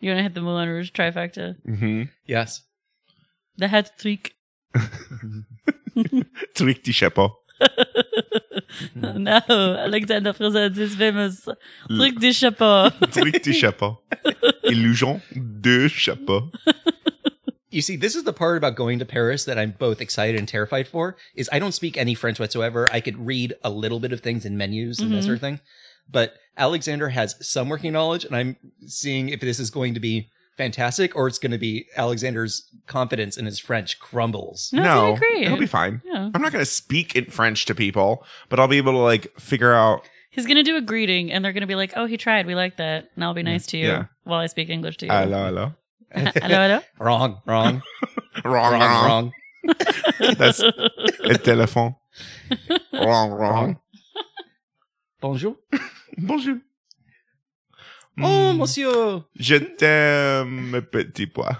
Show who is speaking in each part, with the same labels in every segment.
Speaker 1: You want to hit the Moulin Rouge trifecta?
Speaker 2: Mm-hmm.
Speaker 3: Yes.
Speaker 1: The hat trick.
Speaker 2: Tweak the chapeau. Hmm.
Speaker 1: no, Alexander presents his famous trick de chapeau.
Speaker 2: Tweak the chapeau. Illusion de chapeau.
Speaker 3: You see, this is the part about going to Paris that I'm both excited and terrified for. Is I don't speak any French whatsoever. I could read a little bit of things in menus and that
Speaker 1: Mhm.
Speaker 3: sort of thing, but Alexander has some working knowledge, and I'm seeing if this is going to be fantastic or it's going to be Alexander's confidence in his French crumbles.
Speaker 1: No, it's gonna be great.
Speaker 2: it'll be fine.
Speaker 1: Yeah.
Speaker 2: I'm not going to speak in French to people, but I'll be able to like figure out.
Speaker 1: He's going to do a greeting and they're going to be like, oh, he tried. We like that. And I'll be nice to you
Speaker 2: Yeah.
Speaker 1: while I speak English to you.
Speaker 2: Hello, hello.
Speaker 1: hello, hello.
Speaker 3: Wrong, wrong,
Speaker 2: Wrong,
Speaker 3: wrong,
Speaker 2: wrong.
Speaker 3: wrong.
Speaker 2: That's le téléphone. wrong, wrong.
Speaker 3: Bonjour.
Speaker 2: Bonjour.
Speaker 3: Oh,
Speaker 2: Mm.
Speaker 3: monsieur.
Speaker 2: Je t'aime, petit pois.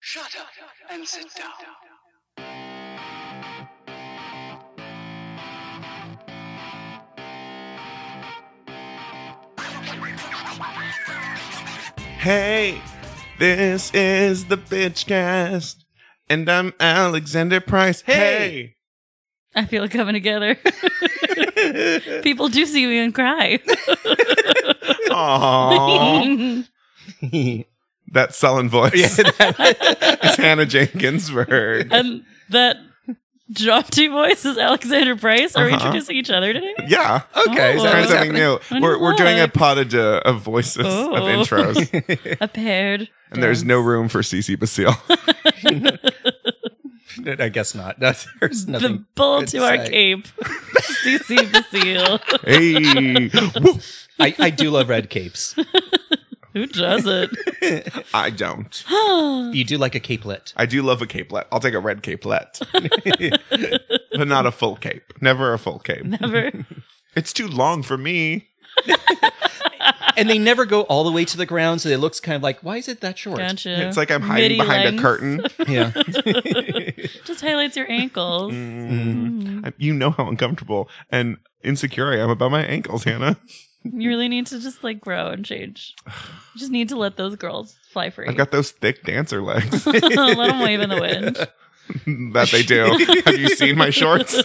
Speaker 4: Shut up and sit down.
Speaker 2: Hey, this is the Bitchcast, and I'm Alexander Price.
Speaker 3: Hey.
Speaker 1: I feel it coming together. People do see me and cry.
Speaker 2: Hey. Aww.
Speaker 3: yeah,
Speaker 2: that sullen voice.
Speaker 3: that-
Speaker 2: It's Hannah Jenkins Ginsburg.
Speaker 1: and that jaunty voice is Alexander Price. Are we
Speaker 2: Uh-huh.
Speaker 1: introducing each other today?
Speaker 2: yeah.
Speaker 3: okay. is
Speaker 1: Oh.
Speaker 3: that
Speaker 2: Trying
Speaker 3: what's
Speaker 2: something
Speaker 3: happening?
Speaker 2: new.
Speaker 1: When
Speaker 2: We're,
Speaker 1: you
Speaker 2: we're doing a
Speaker 1: look.
Speaker 2: pottage of voices,
Speaker 1: Oh.
Speaker 2: of intros,
Speaker 1: A paired.
Speaker 2: and there's no
Speaker 1: dance.
Speaker 2: room for Cece Basile.
Speaker 3: I guess not. No, there's
Speaker 1: The
Speaker 3: nothing.
Speaker 1: bull
Speaker 3: good
Speaker 1: to
Speaker 3: to
Speaker 1: our
Speaker 3: say.
Speaker 1: cape. CC Basile.
Speaker 2: hey, Woo.
Speaker 3: I, I do love red capes.
Speaker 1: Who doesn't?
Speaker 2: I don't.
Speaker 3: You do like a capelet.
Speaker 2: I do love a capelet. I'll take a red capelet, but not a full cape. Never a full cape.
Speaker 1: Never.
Speaker 2: It's too long for me.
Speaker 3: and they never go all the way to the ground, so it looks kind of like, why is it that short?
Speaker 1: Gotcha.
Speaker 2: It's like I'm hiding
Speaker 1: Midi
Speaker 2: behind
Speaker 1: length.
Speaker 2: a curtain.
Speaker 3: Yeah.
Speaker 1: Just highlights your ankles.
Speaker 2: Mm.
Speaker 1: Mm.
Speaker 2: I- You know how uncomfortable and insecure I am about my ankles, Hannah.
Speaker 1: You really need to just like grow and change. You just need to let those girls fly free.
Speaker 2: I've got those thick dancer legs
Speaker 1: let them wave in the wind.
Speaker 2: that they do. Have you seen my shorts?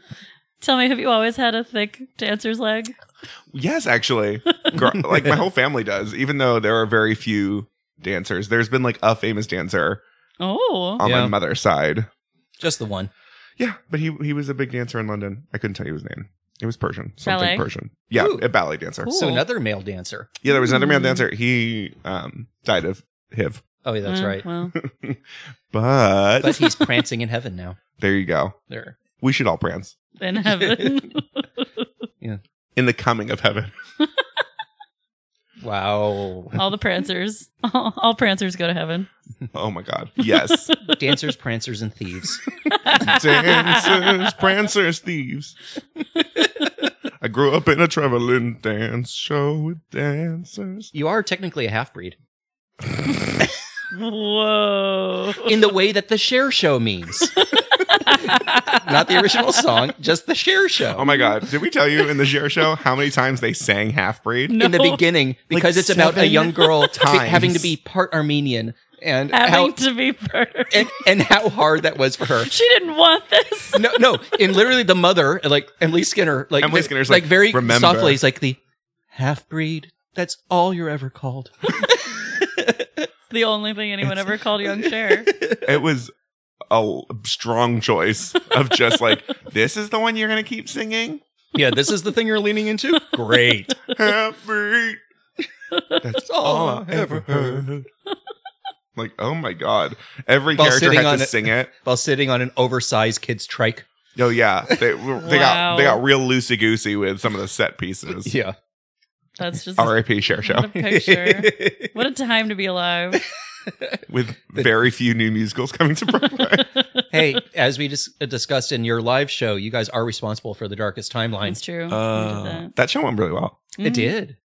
Speaker 1: Tell me, have you always had a thick dancer's leg?
Speaker 2: Yes, actually. Gr- like my whole family does, even though there are very few dancers. There's been like a famous dancer
Speaker 1: Oh,
Speaker 2: on my
Speaker 3: Yeah.
Speaker 2: mother's side.
Speaker 3: Just the one.
Speaker 2: Yeah, but he he was a big dancer in London. I couldn't tell you his name. It was Persian, something
Speaker 1: Ballet?
Speaker 2: Persian. Yeah,
Speaker 3: Ooh.
Speaker 2: a ballet dancer.
Speaker 1: Cool.
Speaker 3: So another male dancer.
Speaker 2: Yeah, there was another male
Speaker 1: Mm.
Speaker 2: dancer. He um died of HIV,
Speaker 3: Oh, yeah, that's
Speaker 1: Mm,
Speaker 3: right.
Speaker 1: Well,
Speaker 2: but,
Speaker 3: But he's prancing in heaven now.
Speaker 2: there you go.
Speaker 3: There.
Speaker 2: We should all prance
Speaker 1: in heaven.
Speaker 2: in the coming of heaven.
Speaker 3: Wow.
Speaker 1: all the prancers, all, all prancers go to heaven.
Speaker 2: Oh my God! Yes,
Speaker 3: Dancers, prancers, and thieves.
Speaker 2: dancers, prancers, thieves. I grew up in a traveling dance show with dancers.
Speaker 3: You are technically a half breed
Speaker 1: Whoa.
Speaker 3: in the way that the share show means. Not the original song, just the share show.
Speaker 2: Oh my God! Did we tell you in the Cher show how many times they sang half breed?
Speaker 1: No.
Speaker 3: in the beginning because it's about a
Speaker 2: seven
Speaker 3: young girl be-
Speaker 2: times.
Speaker 3: having to be part Armenian and
Speaker 1: Having
Speaker 3: how
Speaker 1: to be burned.
Speaker 3: and, and how hard that was for her.
Speaker 1: She didn't want this.
Speaker 3: No, no, and literally the mother, like Emily Skinner, like
Speaker 2: Emily
Speaker 3: ve-
Speaker 2: Skinner's
Speaker 3: like,
Speaker 2: like,
Speaker 3: very
Speaker 2: "Remember."
Speaker 3: softly, is like the half breed. That's all you're ever called.
Speaker 1: The only thing anyone ever called young Cher.
Speaker 2: It was a strong choice of just like this is the one you're gonna keep singing.
Speaker 3: yeah, this is the thing you're leaning into. Great.
Speaker 2: Half breed. That's all I ever heard. Like, oh my god. Every
Speaker 3: While
Speaker 2: character
Speaker 3: sitting
Speaker 2: had
Speaker 3: on
Speaker 2: to
Speaker 3: it.
Speaker 2: sing it.
Speaker 3: While sitting on an oversized kid's trike.
Speaker 2: Oh yeah. They were- they got
Speaker 1: Wow.
Speaker 2: they got real loosey goosey with some of the set pieces.
Speaker 3: Yeah.
Speaker 1: That's just
Speaker 2: R.I.P. Share
Speaker 1: what
Speaker 2: Show
Speaker 1: a picture. What a time to be alive.
Speaker 2: with very few new musicals coming to Broadway.
Speaker 3: hey, as we dis- uh, discussed in your live show, you guys are responsible for the darkest timeline.
Speaker 1: It's true. We did
Speaker 2: Uh,
Speaker 1: that.
Speaker 2: that show went really well.
Speaker 3: It
Speaker 1: Mhm.
Speaker 3: did.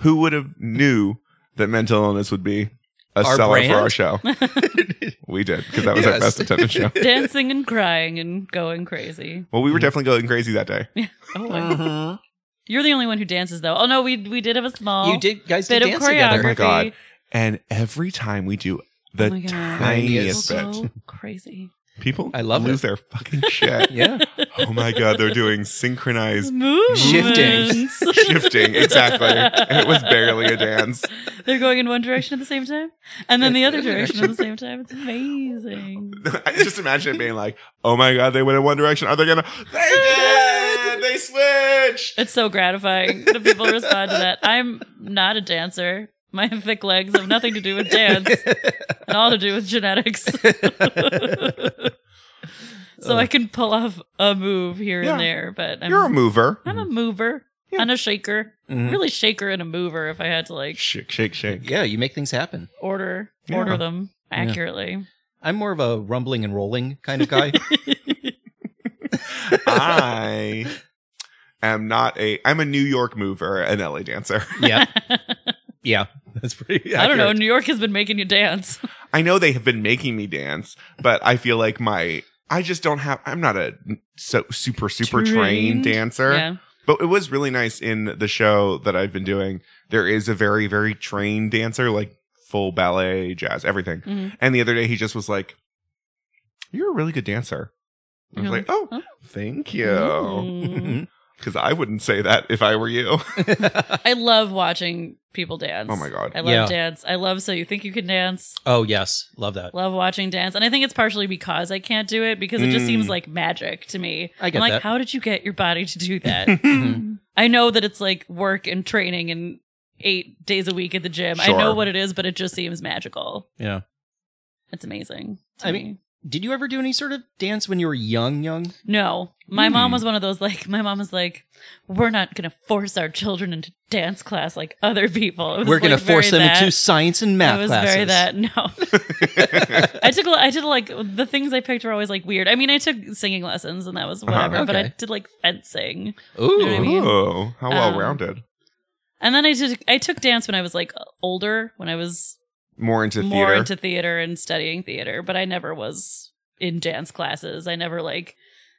Speaker 2: Who would have knew that mental illness would be a
Speaker 3: Our
Speaker 2: seller
Speaker 3: brand?
Speaker 2: for our show. we did because that was our
Speaker 3: Yes.
Speaker 2: best attended show.
Speaker 1: dancing and crying and going crazy.
Speaker 2: Well, we
Speaker 3: Mm-hmm.
Speaker 2: were definitely going crazy that day.
Speaker 1: Oh, I- you're the only one who dances though. Oh no, we we did have a small
Speaker 3: You did guys
Speaker 1: bit
Speaker 3: did
Speaker 1: of
Speaker 3: dance together.
Speaker 1: choreography.
Speaker 2: Oh my God. And every time we do the
Speaker 1: Oh my God.
Speaker 2: tiniest
Speaker 1: People
Speaker 2: bit,
Speaker 1: go crazy.
Speaker 2: people
Speaker 3: I love
Speaker 2: lose their fucking shit.
Speaker 3: Yeah.
Speaker 2: oh my god, they're doing synchronized
Speaker 3: Shifting.
Speaker 1: Movements.
Speaker 2: shifting. Exactly. And it was barely a dance.
Speaker 1: They're going in one direction at the same time, and then the other direction at the same time. It's amazing.
Speaker 2: I just imagine it being like, oh my god, they went in one direction. Are they gonna? They did. They switched.
Speaker 1: It's so gratifying. The people respond to that. I'm not a dancer. My thick legs have nothing to do with dance and all to do with genetics. so I can pull off a move here
Speaker 2: Yeah.
Speaker 1: and there, but I'm,
Speaker 2: You're a mover.
Speaker 1: I'm a mover
Speaker 2: Yeah. Mm.
Speaker 1: and a shaker.
Speaker 3: Mhm.
Speaker 1: Really shaker and a mover if I had to like
Speaker 2: Shake, shake, shake.
Speaker 3: Yeah, you make things happen.
Speaker 1: order
Speaker 2: Yeah.
Speaker 1: order them
Speaker 3: Yeah.
Speaker 1: accurately.
Speaker 3: I'm more of a rumbling and rolling kind of guy.
Speaker 2: I am not a. I'm a New York mover, an LA dancer.
Speaker 3: yeah, yeah, that's pretty.
Speaker 1: I don't know.
Speaker 3: accurate.
Speaker 1: New York has been making you dance.
Speaker 2: I know they have been making me dance, but I feel like my I just don't have I'm not a so super super trained
Speaker 1: Trained.
Speaker 2: dancer.
Speaker 1: Yeah.
Speaker 2: But it was really nice in the show that I've been doing. There is a very very trained dancer like full ballet, jazz, everything.
Speaker 1: Mhm.
Speaker 2: And the other day he just was like you're a really good dancer. I was
Speaker 1: You're
Speaker 2: like, "Oh,
Speaker 1: "Oh."
Speaker 2: thank you."
Speaker 1: Mm.
Speaker 2: Cuz I wouldn't say that if I were you.
Speaker 3: Mm-hmm.
Speaker 1: I love watching people dance.
Speaker 2: Oh my God.
Speaker 1: I love
Speaker 3: Yeah.
Speaker 1: dance. I love so you think you can dance.
Speaker 3: oh yes, love that.
Speaker 1: Love watching dance, and I think it's partially because I can't do it because it just
Speaker 2: Mm.
Speaker 1: seems like magic to me.
Speaker 3: I get
Speaker 1: am like,
Speaker 3: that.
Speaker 1: how did you get your body to do that?
Speaker 2: Mm-hmm.
Speaker 3: Mhm.
Speaker 1: I know that it's like work and training and eight days a week at the gym. I
Speaker 2: Sure.
Speaker 1: know what it is, but it just seems magical.
Speaker 3: Yeah.
Speaker 1: It's amazing. to
Speaker 3: I
Speaker 1: me.
Speaker 3: mean- Mm-hmm. Did you ever do any sort of dance when you were young? Young?
Speaker 1: No, my mom
Speaker 2: Hmm.
Speaker 1: was one of those like my mom was like, we're not gonna force our children into dance class like other people. It was,
Speaker 3: We're gonna
Speaker 1: like, very
Speaker 3: force them
Speaker 1: that.
Speaker 3: into science and math
Speaker 1: It was
Speaker 3: classes.
Speaker 1: very that no. I took I did like the things I picked were always like weird. I mean, I took singing lessons and that was whatever, but I
Speaker 3: Uh-huh, Okay.
Speaker 1: did like fencing,
Speaker 3: Ooh,
Speaker 1: know what I mean?
Speaker 2: Oh, how
Speaker 1: Um,
Speaker 2: well-rounded.
Speaker 1: and then I did I took dance when I was like older, when I was
Speaker 2: More into
Speaker 1: more
Speaker 2: theater.
Speaker 1: into theater and studying theater. But I never was in dance classes. I never like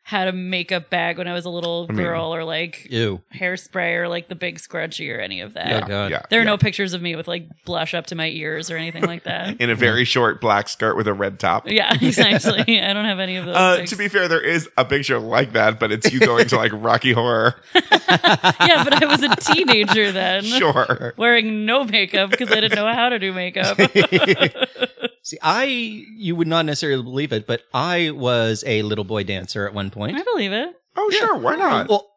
Speaker 1: had a makeup bag when I was a little
Speaker 2: I mean-
Speaker 1: girl, or like
Speaker 3: ew.
Speaker 1: hairspray, or like the big scrunchie, or any of that.
Speaker 3: Yeah, God.
Speaker 1: There are no pictures of me with like blush up to my ears or anything like that.
Speaker 2: in a very short black skirt with a red top.
Speaker 1: yeah, exactly. I don't have any of those.
Speaker 2: Uh,
Speaker 1: pics.
Speaker 2: to be fair, there is a picture like that, but it's you going to like Rocky Horror.
Speaker 1: yeah, but I was a teenager then.
Speaker 2: Sure.
Speaker 1: Wearing no makeup because I didn't know how to do makeup.
Speaker 3: See, I you would not necessarily believe it, but I was a little boy dancer at one point.
Speaker 1: I believe it.
Speaker 2: Oh,
Speaker 3: Yeah.
Speaker 2: sure. Why not?
Speaker 3: Well,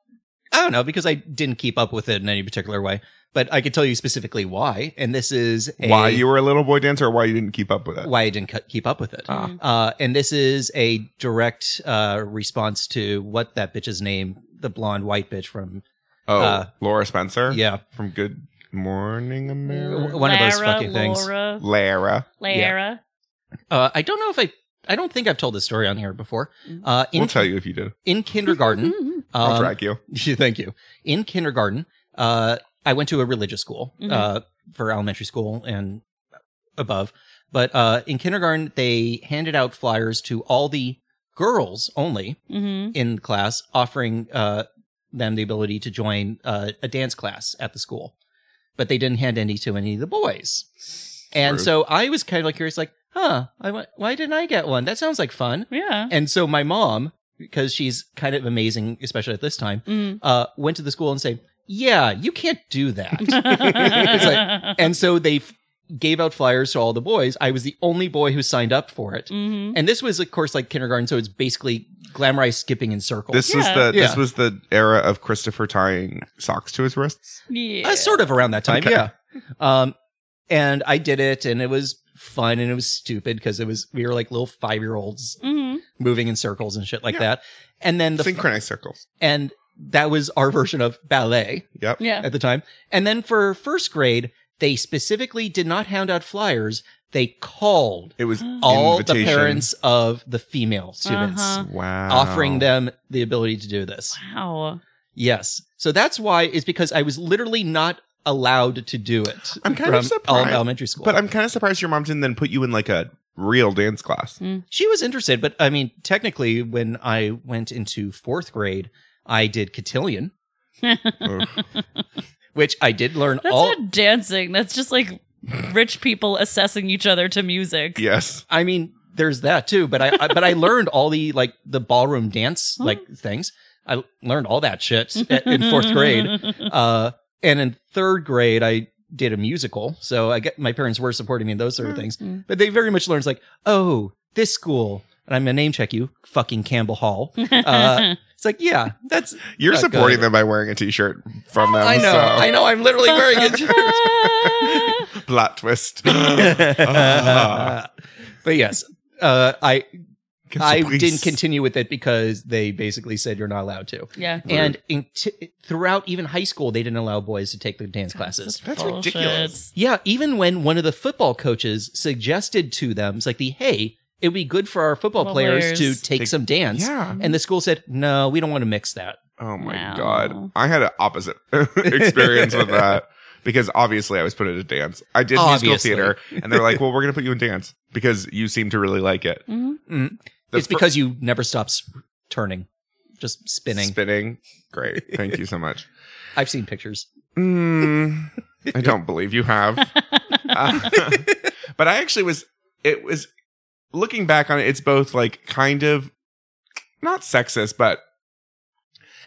Speaker 3: I don't know because I didn't keep up with it in any particular way, but I could tell you specifically why. And this is a,
Speaker 2: why you were a little boy dancer or why you didn't keep up with it?
Speaker 3: why I didn't cu- keep up with it.
Speaker 2: Ah.
Speaker 1: Mm.
Speaker 3: Uh, and this is a direct uh, response to what that bitch's name, the blonde white bitch from
Speaker 2: Oh,
Speaker 3: Uh,
Speaker 2: Laura Spencer
Speaker 3: yeah,
Speaker 2: from Good Morning America.
Speaker 3: W- one of those
Speaker 1: Lara,
Speaker 3: fucking things.
Speaker 1: Laura,
Speaker 2: Lara.
Speaker 1: Lara.
Speaker 3: uh, I don't know if I. I don't think I've told this story on here before. Uh, in,
Speaker 2: We'll tell you if you did.
Speaker 3: in kindergarten,
Speaker 1: Mhm.
Speaker 2: I'll
Speaker 3: um,
Speaker 2: track you.
Speaker 3: Thank you. In kindergarten, uh, I went to a religious school
Speaker 1: Mhm.
Speaker 3: uh, for elementary school and above. But uh, in kindergarten, they handed out flyers to all the girls only
Speaker 1: Mhm.
Speaker 3: in class, offering uh, them the ability to join uh, a dance class at the school. But they didn't hand any to any of the boys. And
Speaker 2: Rude.
Speaker 3: so I was kind of like curious, like, huh, I went, why didn't I get one? That sounds like fun.
Speaker 1: Mm-hmm. Yeah.
Speaker 3: And so my mom, because she's kind of amazing, especially at this time,
Speaker 1: Mm.
Speaker 3: uh, went to the school and said, "Yeah, you can't do that." and so they f- gave out flyers to all the boys. I was the only boy who signed up for it,
Speaker 1: Mhm.
Speaker 3: and this was, of course, like kindergarten, so it's basically glamorized skipping in circles.
Speaker 2: This was
Speaker 1: Yeah.
Speaker 2: the
Speaker 3: Yeah.
Speaker 2: this was the era of Christopher tying socks to his wrists.
Speaker 1: Yeah.
Speaker 3: Uh, sort of around that time,
Speaker 2: Okay.
Speaker 3: yeah. Um, and I did it, and it was fun, and it was stupid because it was we were like little five year olds
Speaker 1: Mhm.
Speaker 3: moving in circles and shit like
Speaker 2: Yeah.
Speaker 3: that, and then the f-
Speaker 2: Synchronized circles.
Speaker 3: and that was our version of ballet.
Speaker 2: Yep.
Speaker 1: Yeah.
Speaker 3: at the time. And then for first grade, they specifically did not hand out flyers. They called
Speaker 2: It was
Speaker 1: Mm.
Speaker 3: all the
Speaker 2: invitation.
Speaker 3: parents of the female students,
Speaker 1: Uh-huh.
Speaker 2: Wow.
Speaker 3: offering them the ability to do this.
Speaker 1: Wow.
Speaker 3: Yes. So that's why is because I was literally not allowed to do it.
Speaker 2: I'm kind of
Speaker 3: from all of
Speaker 2: surprised,
Speaker 3: elementary school.
Speaker 2: But I'm kind of surprised your mom didn't then put you in like a real dance class.
Speaker 3: she was interested, but I mean, technically, when I went into fourth grade, I did cotillion,
Speaker 2: Ugh.
Speaker 3: which I did learn
Speaker 1: That's
Speaker 3: all.
Speaker 1: not dancing. That's just like rich people assessing each other to music.
Speaker 2: yes.
Speaker 3: I mean, there's that too, but I, I but I learned all the like the ballroom dance like things. I learned all that shit at- in fourth grade. Uh, and in third grade, I did a musical. So I get my parents were supporting me in those sort of things,
Speaker 1: Mm.
Speaker 3: but they very much learned like, oh, this school, and I'm gonna name check you, fucking Campbell Hall.
Speaker 1: Hmm.
Speaker 3: Uh, It's like, yeah, that's
Speaker 2: You're
Speaker 3: Not
Speaker 2: supporting
Speaker 3: good. Oh,
Speaker 2: them by wearing a t-shirt from them.
Speaker 3: I know,
Speaker 2: so.
Speaker 3: I know, I'm literally wearing it.
Speaker 2: Plot twist. Ah.
Speaker 3: but yes, uh, I I
Speaker 2: Please.
Speaker 3: didn't continue with it because they basically said you're not allowed to.
Speaker 1: yeah.
Speaker 3: And in t- throughout even high school, they didn't allow boys to take the dance classes.
Speaker 2: That's
Speaker 1: Bullshit.
Speaker 2: ridiculous.
Speaker 3: Yeah, even when one of the football coaches suggested to them, it's like the hey, it'd be good for our football
Speaker 1: Football
Speaker 3: players to
Speaker 1: players.
Speaker 3: take
Speaker 2: Take-
Speaker 3: some dance.
Speaker 2: Yeah.
Speaker 3: And the school said, no, we don't want to mix that.
Speaker 2: Oh my
Speaker 1: Wow.
Speaker 2: god. I had an opposite experience with that because obviously I was put into dance. I did musical
Speaker 3: Obviously.
Speaker 2: theater, and they're like, "Well, we're going to put you in dance because you seem to really like it."
Speaker 1: Mhm.
Speaker 2: The
Speaker 3: it's
Speaker 2: fir-
Speaker 3: because you never stop s- turning, just spinning.
Speaker 2: spinning. Great. Thank you so much.
Speaker 3: I've seen pictures.
Speaker 2: Mm, I don't believe you have. Uh, but I actually was it was looking back on it, it's both like kind of not sexist, but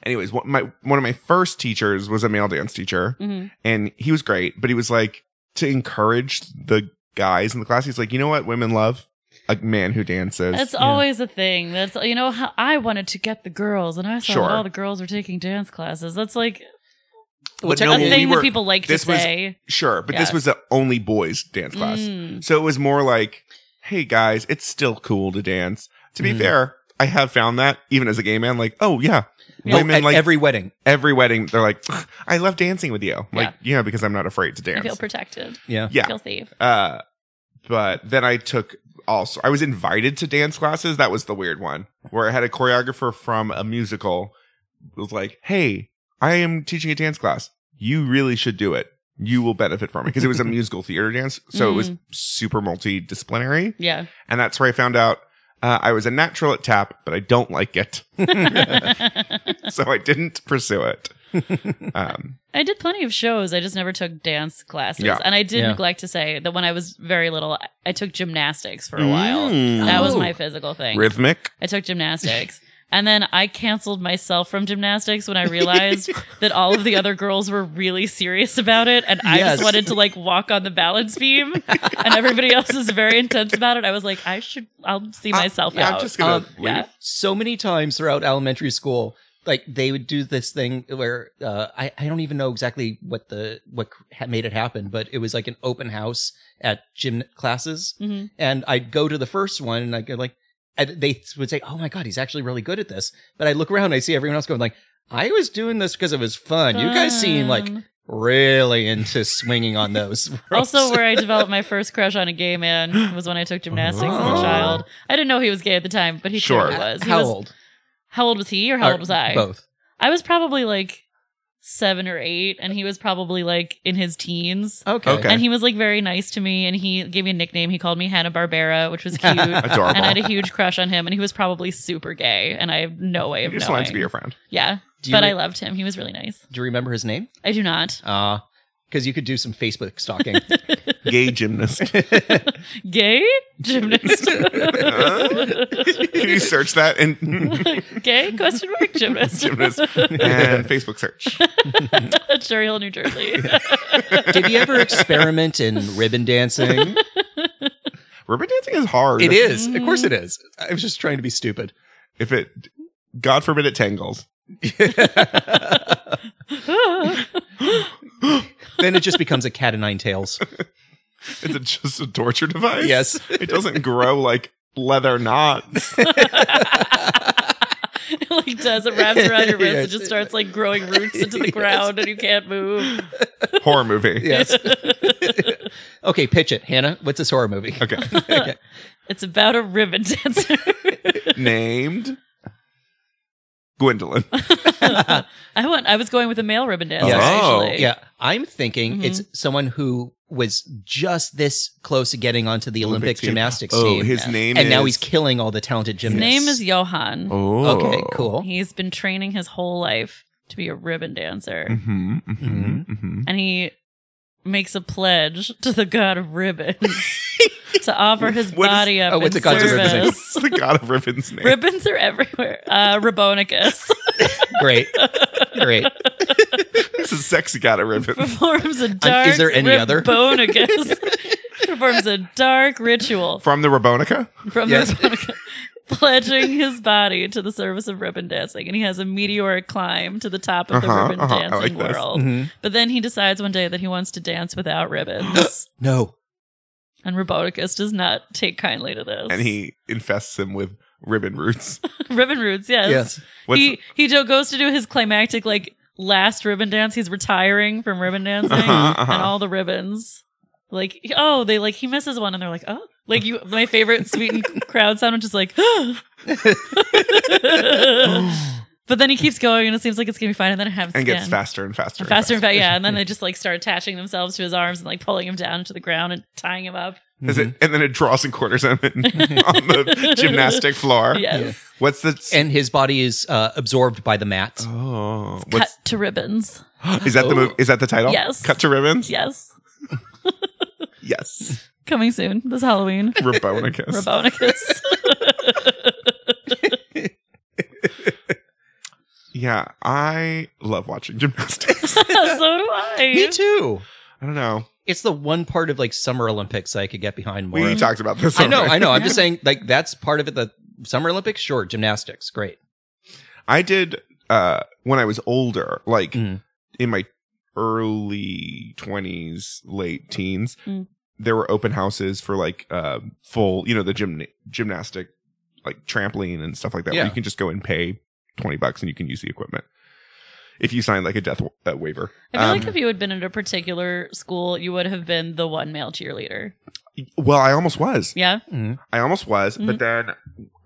Speaker 2: anyways, one, my one of my first teachers was a male dance teacher,
Speaker 1: Mhm.
Speaker 2: and he was great, but he was like to encourage the guys in the class. He's like, you know what, women love a man who dances.
Speaker 1: That's
Speaker 3: Yeah.
Speaker 1: always a thing. That's you know how I wanted to get the girls, and I saw
Speaker 2: Sure.
Speaker 1: that all the girls were taking dance classes. That's like
Speaker 3: Well,
Speaker 2: But no,
Speaker 1: a
Speaker 2: when
Speaker 3: technically-
Speaker 1: thing
Speaker 2: we
Speaker 1: that
Speaker 2: were-
Speaker 1: people like to
Speaker 2: this was
Speaker 1: say.
Speaker 2: sure, but this
Speaker 1: Yeah.
Speaker 2: was the only boys dance class,
Speaker 1: Mm.
Speaker 2: so it was more like, hey guys, it's still cool to dance. To be
Speaker 3: Mm.
Speaker 2: fair, I have found that even as a gay man, like, oh yeah,
Speaker 1: Yeah.
Speaker 3: Oh,
Speaker 2: women
Speaker 3: at
Speaker 2: like
Speaker 3: every wedding.
Speaker 2: every wedding they're like i love dancing with you I'm like yeah because i'm not afraid to
Speaker 1: I feel
Speaker 2: dance
Speaker 1: protected.
Speaker 3: Yeah.
Speaker 1: I
Speaker 2: yeah
Speaker 1: feel safe.
Speaker 2: uh but then i took also i was invited to dance classes that was the weird one where i had a choreographer from a musical was like hey i am teaching a dance class you really should do it you will benefit from it because it was a musical theater dance so it was super multidisciplinary
Speaker 1: Yeah.
Speaker 2: and that's where i found out uh, i was a natural at tap but i don't like it so i didn't pursue it um
Speaker 1: I did plenty of shows. I just never took dance classes.
Speaker 2: Yeah.
Speaker 1: And I did
Speaker 3: Yeah.
Speaker 1: neglect to say that when I was very little, I- I took gymnastics for a while.
Speaker 2: Mm.
Speaker 1: That was
Speaker 3: Oh.
Speaker 1: my physical thing.
Speaker 2: rhythmic.
Speaker 1: I took gymnastics. And then I canceled myself from gymnastics when I realized that all of the other girls were really serious about it. And I
Speaker 3: Yes.
Speaker 1: just wanted to like walk on the balance beam. and everybody else is very intense about it. I was like, I should, I'll see myself
Speaker 2: yeah,
Speaker 1: out. Oh,
Speaker 2: I'm just gonna
Speaker 3: Um,
Speaker 2: leave.
Speaker 1: yeah.
Speaker 3: so many times throughout elementary school like they would do this thing where uh, I, I don't even know exactly what the what ha- made it happen but it was like an open house at gym classes
Speaker 1: hmm
Speaker 3: and i'd go to the first one and i'd go like and they would say oh my god he's actually really good at this but i look around and i see everyone else going like i was doing this because it was fun you guys seem like
Speaker 1: Um,
Speaker 3: really into swinging on those ropes."
Speaker 1: Also, where I developed my first crush on a gay man was when I took gymnastics as
Speaker 2: Oh.
Speaker 1: a child. I didn't know he was gay at the time, but he
Speaker 2: Sure.
Speaker 1: sure was. He
Speaker 3: how
Speaker 1: was-
Speaker 3: old
Speaker 1: How old was he, or how
Speaker 3: Or
Speaker 1: old was I?
Speaker 3: both
Speaker 1: I was probably like seven or eight, and he was probably like in his teens.
Speaker 3: okay,
Speaker 2: Okay.
Speaker 1: And he was like very nice to me, and he gave me a nickname. He called me Hannah Barbera, which was cute. and
Speaker 2: Adorable.
Speaker 1: I had a huge crush on him, and he was probably super gay, and I have no way
Speaker 2: You
Speaker 1: of
Speaker 2: just
Speaker 1: knowing.
Speaker 2: wanted to be your friend.
Speaker 1: yeah,
Speaker 3: do you,
Speaker 1: but
Speaker 3: re-
Speaker 1: I loved him. He was really nice.
Speaker 3: do you remember his name
Speaker 1: I do not.
Speaker 3: Ah, because you could do some Facebook stalking.
Speaker 2: Gay gymnast.
Speaker 1: Gay gymnast.
Speaker 2: Can you search that and
Speaker 1: Gay question mark gymnast.
Speaker 2: Gymnast. and Facebook search?
Speaker 1: Cherry Hill, New Jersey.
Speaker 3: Did you ever experiment in ribbon dancing?
Speaker 2: Ribbon dancing is hard.
Speaker 3: It is. Of
Speaker 1: Mm.
Speaker 3: course it is. I was just trying to be stupid.
Speaker 2: If it, God forbid, it tangles.
Speaker 3: then it just becomes a cat of nine tails.
Speaker 2: Is it just a torture device?
Speaker 3: Yes.
Speaker 2: It doesn't grow like leather knots.
Speaker 1: it like does it wraps around your wrist
Speaker 3: Yes.
Speaker 1: and just starts like growing roots into the
Speaker 3: Yes.
Speaker 1: ground and you can't move.
Speaker 2: Horror movie.
Speaker 3: Yes. okay, pitch it, Hannah. What's this horror movie?
Speaker 2: Okay.
Speaker 3: Okay.
Speaker 1: It's about a ribbon dancer.
Speaker 2: Named Gwendolyn.
Speaker 3: Oh,
Speaker 1: I went. I was going with a male ribbon dancer.
Speaker 3: Yes.
Speaker 2: Oh.
Speaker 1: actually.
Speaker 3: Yeah, I'm thinking
Speaker 1: Mhm.
Speaker 3: it's someone who was just this close to getting onto the Olympic,
Speaker 2: Olympic team.
Speaker 3: gymnastics
Speaker 2: Oh,
Speaker 3: team,
Speaker 2: his
Speaker 1: yes.
Speaker 2: name
Speaker 3: and
Speaker 2: is,
Speaker 3: now he's killing all the talented
Speaker 1: His
Speaker 3: gymnasts.
Speaker 1: name is Johan.
Speaker 2: Oh.
Speaker 3: okay, cool.
Speaker 1: He's been training his whole life to be a ribbon dancer,
Speaker 2: Mm-hmm, mm-hmm, mm-hmm.
Speaker 1: and he makes a pledge to the god of ribbons to offer his
Speaker 2: What is-
Speaker 1: body up
Speaker 3: oh, what's
Speaker 1: in
Speaker 3: the god
Speaker 2: of ribbons?
Speaker 1: service.
Speaker 2: It's the god of ribbons name.
Speaker 1: ribbons are everywhere. Uh, Ribbonicus
Speaker 3: great, great.
Speaker 2: This is sexy god of ribbons.
Speaker 1: performs a
Speaker 2: Uh,
Speaker 1: dark.
Speaker 3: there any other?
Speaker 1: Ribbonicus performs a dark ritual
Speaker 2: From the Rabonica?
Speaker 1: from
Speaker 3: Yes.
Speaker 1: the Ribbonicus, pledging his body to the service of ribbon dancing, and he has a meteoric climb to the top of the
Speaker 2: Uh-huh,
Speaker 1: ribbon
Speaker 2: uh-huh, I
Speaker 1: dancing
Speaker 2: like this.
Speaker 1: world.
Speaker 3: Mhm.
Speaker 1: But then he decides one day that he wants to dance without ribbons.
Speaker 3: No,
Speaker 1: And Roboticus does not take kindly to this.
Speaker 2: And he infests him with ribbon roots.
Speaker 1: ribbon roots, yes.
Speaker 3: yes,
Speaker 2: What's
Speaker 1: he he do- goes to do his climactic like last ribbon dance. He's retiring from ribbon dancing
Speaker 2: Uh-huh, uh-huh.
Speaker 1: and all the ribbons. Like oh, they like he misses one and they're like, oh like you my favorite sweet and crowd sound, which is like But then he keeps going and it seems like it's gonna be fine and then it happens
Speaker 2: and gets
Speaker 1: again.
Speaker 2: faster and faster.
Speaker 1: And faster and faster, yeah. And then they just like start attaching themselves to his arms and like pulling him down to the ground and tying him up.
Speaker 2: Is it, and then it draws and quarters him in, on the gymnastic floor.
Speaker 1: Yes.
Speaker 2: What's the
Speaker 3: Mm-hmm. and his body is uh, absorbed by the mat.
Speaker 2: oh?
Speaker 1: Cut
Speaker 2: What's,
Speaker 1: to ribbons.
Speaker 2: is that the move? Is that the title?
Speaker 1: Yes.
Speaker 2: Cut to ribbons.
Speaker 1: Yes.
Speaker 2: Yes.
Speaker 1: Coming soon this Halloween.
Speaker 2: Rabonicus.
Speaker 1: Robonicus.
Speaker 2: yeah, I love watching gymnastics.
Speaker 1: so do I.
Speaker 3: Me too.
Speaker 2: I don't know.
Speaker 3: It's the one part of like Summer Olympics I could get behind more.
Speaker 2: We
Speaker 3: of.
Speaker 2: talked about this.
Speaker 3: I know,
Speaker 2: already.
Speaker 3: I know. I'm just saying, like that's part of it. The Summer Olympics, sure, gymnastics, great.
Speaker 2: I did uh when I was older, like
Speaker 3: Mm.
Speaker 2: in my early 20s, late teens,
Speaker 1: Mm.
Speaker 2: there were open houses for like uh full, you know, the gym gymnastic like trampoline and stuff like that. Where
Speaker 3: Yeah.
Speaker 2: you can just go and pay 20 bucks and you can use the equipment. If you sign like a death wa- uh, waiver.
Speaker 1: I feel like
Speaker 2: Um,
Speaker 1: if you had been at a particular school, you would have been the one male cheerleader.
Speaker 2: well, I almost was.
Speaker 1: Yeah.
Speaker 3: Mm-hmm.
Speaker 2: I almost was,
Speaker 1: Mm.
Speaker 2: but then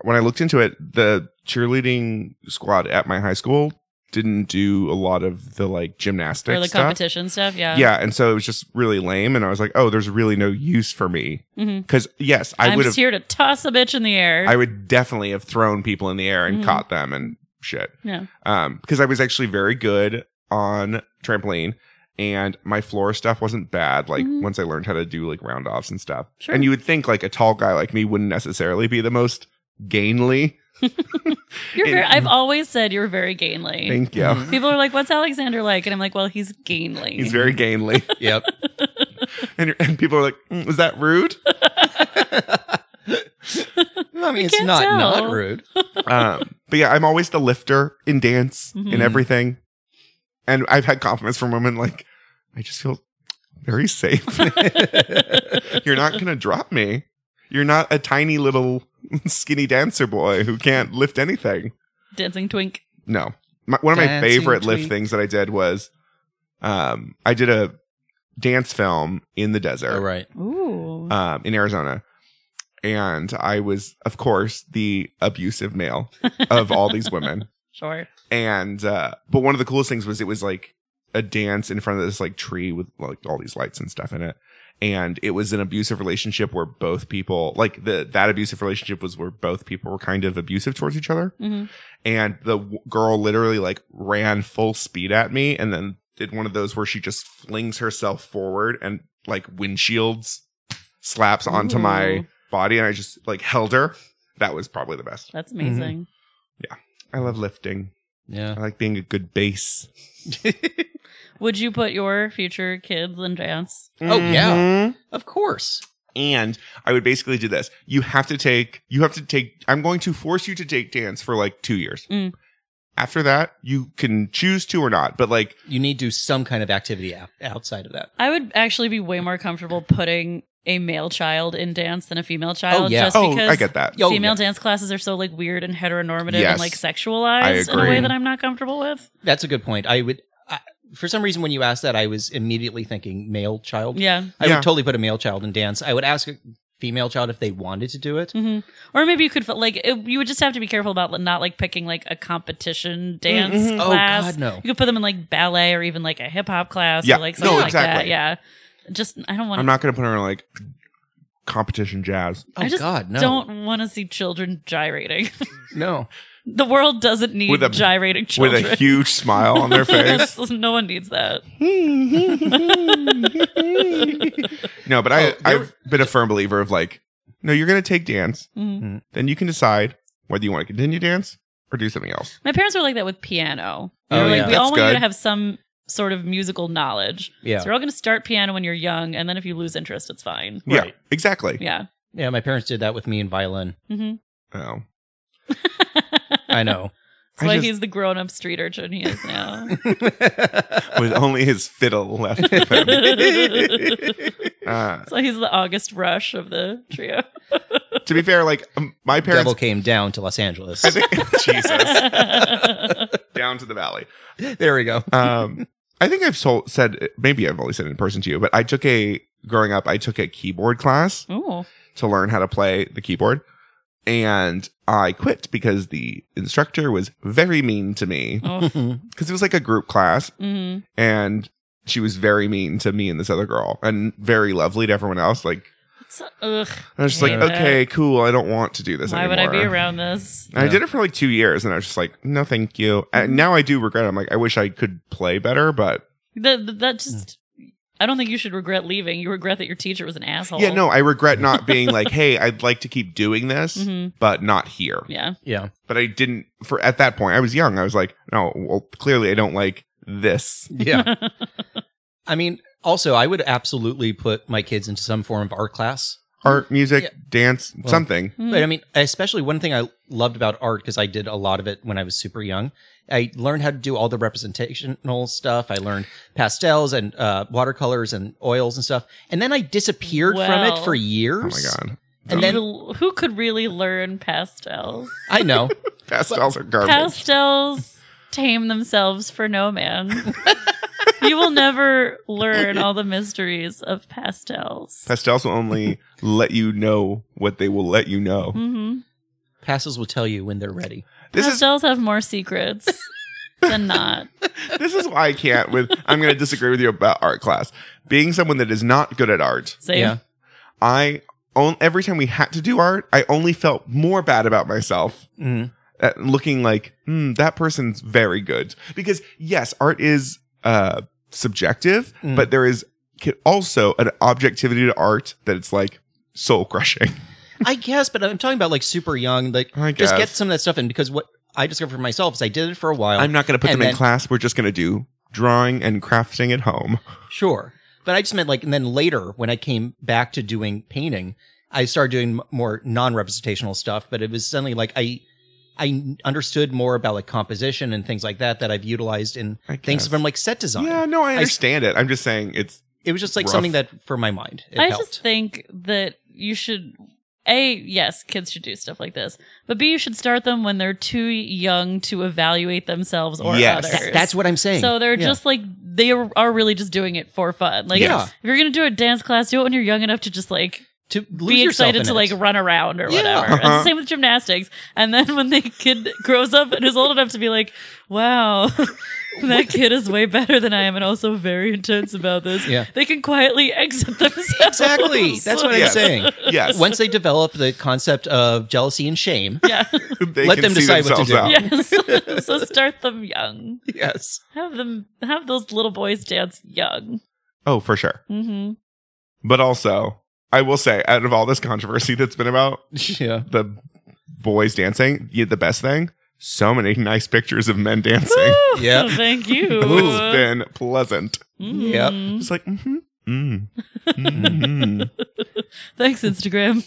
Speaker 2: when I looked into it, the cheerleading squad at my high school didn't do a lot of the like gymnastics
Speaker 1: or the
Speaker 2: stuff.
Speaker 1: competition stuff. Yeah.
Speaker 2: yeah and so it was just really lame and i was like oh there's really no use for me
Speaker 1: hmm
Speaker 2: because yes i
Speaker 1: I'm
Speaker 2: would
Speaker 1: just
Speaker 2: have
Speaker 1: here to toss a bitch in the air.
Speaker 2: i would definitely have thrown people in the air and
Speaker 1: Mhm.
Speaker 2: caught them and shit
Speaker 1: Yeah.
Speaker 2: um because i was actually very good on trampoline and my floor stuff wasn't bad like
Speaker 1: Mhm.
Speaker 2: once i learned how to do like round offs and stuff
Speaker 1: Sure.
Speaker 2: and you would think like a tall guy like me wouldn't necessarily be the most gainly
Speaker 1: you're
Speaker 2: it-
Speaker 1: very, I've always said you're very gainly.
Speaker 2: thank you
Speaker 3: Mhm.
Speaker 1: People are like, "What's Alexander like?" And I'm like, "Well, he's gainly."
Speaker 2: he's very gainly
Speaker 3: Yep.
Speaker 2: and, you're- and people are like mm, is that rude
Speaker 3: I mean, it's
Speaker 1: can't
Speaker 3: not
Speaker 1: tell.
Speaker 3: not rude.
Speaker 2: um, but yeah, I'm always the lifter in dance
Speaker 1: Mhm.
Speaker 2: in everything, and I've had compliments from women like, "I just feel very safe. You're not gonna drop me. You're not a tiny little skinny dancer boy who can't lift anything."
Speaker 1: dancing twink.
Speaker 2: No, my, one of my
Speaker 3: Dancing
Speaker 2: favorite lift
Speaker 3: twink.
Speaker 2: things that I did was, um, I did a dance film in the desert
Speaker 3: All right.
Speaker 1: Ooh.
Speaker 2: um, in Arizona. And I was, of course, the abusive male of all these women
Speaker 1: sure.
Speaker 2: and uh but one of the coolest things was it was like a dance in front of this like tree with like all these lights and stuff in it and it was an abusive relationship where both people like the that abusive relationship was where both people were kind of abusive towards each other
Speaker 1: hmm
Speaker 2: and the w- girl literally like ran full speed at me and then did one of those where she just flings herself forward and like windshields slaps onto my
Speaker 1: Ooh.
Speaker 2: body and i just like held her that was probably the best
Speaker 1: That's amazing.
Speaker 2: i love lifting
Speaker 3: Yeah.
Speaker 2: i like being a good base
Speaker 1: Would you put your future kids in dance?
Speaker 3: Oh, yeah.
Speaker 2: Mhm.
Speaker 3: Of course.
Speaker 2: And I would basically do this. You have to take you have to take I'm going to force you to take dance for like 2 years.
Speaker 1: Mm.
Speaker 2: After that, you can choose to or not, but like
Speaker 3: You need to do some kind of activity out- outside of that.
Speaker 1: I would actually be way more comfortable putting a male child in dance than a female child.
Speaker 3: yeah.
Speaker 1: Just
Speaker 2: oh,
Speaker 1: because
Speaker 2: I get that.
Speaker 3: Yo,
Speaker 1: female
Speaker 3: yeah.
Speaker 1: dance classes are so like weird and heteronormative
Speaker 2: Yes.
Speaker 1: and like
Speaker 2: I
Speaker 1: sexualized in a
Speaker 2: agree.
Speaker 1: way that I'm not comfortable with.
Speaker 3: That's a good point. I would, I, for some reason, when you asked that, I was immediately thinking male child.
Speaker 1: Yeah.
Speaker 3: I
Speaker 2: Yeah.
Speaker 3: would totally put a male child in dance. I would ask a female child if they wanted to do it.
Speaker 1: Mhm. Or maybe you could fi- like it, you would just have to be careful about not like picking like a competition dance
Speaker 2: Mhm.
Speaker 3: Oh
Speaker 1: class.
Speaker 3: God, no.
Speaker 1: You could put them in like ballet or even like a hip hop class
Speaker 2: Yeah.
Speaker 1: or like
Speaker 2: No,
Speaker 1: something like that.
Speaker 2: exactly.
Speaker 1: Yeah. Just I don't want
Speaker 2: I'm not going to put her in like competition jazz.
Speaker 3: Oh
Speaker 1: I just
Speaker 3: God, no,
Speaker 1: don't want to see children gyrating.
Speaker 3: no.
Speaker 1: the world doesn't need
Speaker 2: With a-
Speaker 1: gyrating children.
Speaker 2: With a huge smile on their face.
Speaker 1: no one needs that.
Speaker 2: no, but I
Speaker 3: Oh, there-
Speaker 2: I've been a firm believer of like, no, you're going to take dance,
Speaker 1: Mhm.
Speaker 2: then you can decide whether you want to continue dance or do something else.
Speaker 1: My parents were like that with piano. They
Speaker 3: Oh,
Speaker 1: were like,
Speaker 3: yeah.
Speaker 1: we all
Speaker 2: That's
Speaker 1: want you
Speaker 2: good.
Speaker 1: to have some sort of musical knowledge.
Speaker 3: Yeah,
Speaker 1: So you're all going to start piano when you're young, and then if you lose interest, it's fine.
Speaker 2: Yeah,
Speaker 3: Right.
Speaker 2: exactly.
Speaker 1: Yeah.
Speaker 3: yeah. My parents did that with me in violin.
Speaker 1: hmm
Speaker 2: Oh.
Speaker 1: That's
Speaker 3: I know.
Speaker 2: I
Speaker 1: why
Speaker 2: just-
Speaker 1: he's the grown up street urchin he is now.
Speaker 2: with only his fiddle left. with him. uh,
Speaker 1: so he's the August Rush of the trio.
Speaker 2: to be fair, like um, my parents,
Speaker 3: Devil came down to Los Angeles.
Speaker 2: I think Jesus down to the valley.
Speaker 3: there we go.
Speaker 2: Um, I think I've told, said maybe I've only said it in person to you, but I took a growing up. I took a keyboard class
Speaker 1: Ooh.
Speaker 2: to learn how to play the keyboard, and I quit because the instructor was very mean to me
Speaker 1: Oh.
Speaker 2: because it was like a group class,
Speaker 1: hmm
Speaker 2: and she was very mean to me and this other girl, and very lovely to everyone else. Like
Speaker 1: So, ugh.
Speaker 2: I was just
Speaker 3: Yeah.
Speaker 2: like, okay, cool. I don't want to do this
Speaker 1: Why would I
Speaker 2: anymore.
Speaker 1: be around this?
Speaker 2: And I
Speaker 3: Yeah. Mm-hmm.
Speaker 2: did it for like two years, and I was just like, no, thank you. And now I do regret. It. I'm like, I wish I could play better, but
Speaker 1: That, that- that just. I don't think you should regret leaving. You regret that your teacher was an asshole.
Speaker 2: yeah, no, I regret not being like, hey, I'd like to keep doing this,
Speaker 1: hmm
Speaker 2: but not here.
Speaker 1: Yeah.
Speaker 3: Mm-hmm. Yeah,
Speaker 2: But I didn't. For at that point, I was young. I was like, no, well, clearly I don't like this.
Speaker 3: yeah. I mean, also, I would absolutely put my kids into some form of art class.
Speaker 2: Art, music,
Speaker 3: Mm-hmm. Yeah.
Speaker 2: dance,
Speaker 3: Well-
Speaker 2: something.
Speaker 1: Hmm.
Speaker 3: But I mean, especially one thing I loved about art because I did a lot of it when I was super young. I learned how to do all the representational stuff. I learned pastels and uh, watercolors and oils and stuff. And then I disappeared from
Speaker 1: Well.
Speaker 3: it
Speaker 2: Oh
Speaker 3: for
Speaker 2: my
Speaker 3: years.
Speaker 2: god,
Speaker 1: Who-
Speaker 3: And then
Speaker 1: who could really learn pastels?
Speaker 3: I know.
Speaker 2: pastels are garbage.
Speaker 1: Pastels tame themselves for no man. you will never learn all the mysteries of pastels.
Speaker 2: pastels will only let you know what they will let you know.
Speaker 3: Mm-hmm.
Speaker 1: hmm
Speaker 3: Pastels will tell you when they're ready.
Speaker 2: This is
Speaker 1: pastels have more secrets than not.
Speaker 2: this is why I can't with I'm going to disagree with you about art class. Being someone that is not good at art,
Speaker 1: Same.
Speaker 3: Yeah.
Speaker 2: I on, every time we had to do art, I only felt more bad about myself
Speaker 3: Mm.
Speaker 2: at looking like, hmm, that person's very good. Because yes, art is uh subjective,
Speaker 3: Mm.
Speaker 2: but there is can- also an objectivity to art that it's like soul crushing.
Speaker 3: I guess, but I'm talking about like super young. Like,
Speaker 2: I guess.
Speaker 3: just get some of that stuff in because what I discovered for myself is I did it for a while.
Speaker 2: I'm not going to put
Speaker 3: And
Speaker 2: them in
Speaker 3: then-
Speaker 2: class. We're just going to do drawing and crafting at home.
Speaker 3: Sure. But I just meant like, and then later when I came back to doing painting, I started doing m- more non-representational stuff, but it was suddenly like I, I understood more about like composition and things like that that I've utilized in
Speaker 2: I
Speaker 3: things
Speaker 2: guess.
Speaker 3: from like set design.
Speaker 2: Yeah, no, I
Speaker 3: I-
Speaker 2: understand it. I'm just saying it's
Speaker 3: It was just like
Speaker 2: Rough.
Speaker 3: something that for my mind, it
Speaker 1: I
Speaker 3: helped.
Speaker 1: just think that you should a yes, kids should do stuff like this, but b you should start them when they're too young to evaluate themselves or
Speaker 2: Yes.
Speaker 1: others.
Speaker 3: Tha- that's what I'm saying.
Speaker 1: So they're
Speaker 3: Yeah.
Speaker 1: just like they are are really just doing it for fun. Like
Speaker 3: Yeah.
Speaker 1: if you're gonna do a dance class, do it when you're young enough to just like
Speaker 3: to lose
Speaker 1: be
Speaker 3: yourself
Speaker 1: excited
Speaker 3: in
Speaker 1: to
Speaker 3: it.
Speaker 1: like run around or
Speaker 3: Yeah.
Speaker 1: whatever. It's the
Speaker 2: Uh-huh.
Speaker 1: same with gymnastics. And then when the kid grows up and is old enough to be like, wow, that kid is way better than I am and also very intense about this.
Speaker 3: Yeah.
Speaker 1: They can quietly exit themselves.
Speaker 3: exactly. That's what I'm
Speaker 2: Yes.
Speaker 3: saying.
Speaker 2: yes.
Speaker 3: Once they develop the concept of jealousy and shame,
Speaker 1: Yeah.
Speaker 2: they
Speaker 3: Let
Speaker 2: can
Speaker 3: them
Speaker 2: see
Speaker 3: decide what to
Speaker 2: themselves
Speaker 3: do.
Speaker 2: out.
Speaker 1: Yes. so start them young.
Speaker 3: yes,
Speaker 1: Have them have those little boys dance young.
Speaker 2: Oh, for sure.
Speaker 1: hmm
Speaker 2: But also, I will say, out of all this controversy that's been about
Speaker 3: yeah,
Speaker 2: the boys dancing, you the best thing. So many nice pictures of men dancing.
Speaker 3: Yep.
Speaker 1: Thank you.
Speaker 2: it's been pleasant.
Speaker 3: Yep.
Speaker 1: Mm.
Speaker 2: It's like, mm-hmm, mm, mm
Speaker 1: Thanks, Instagram.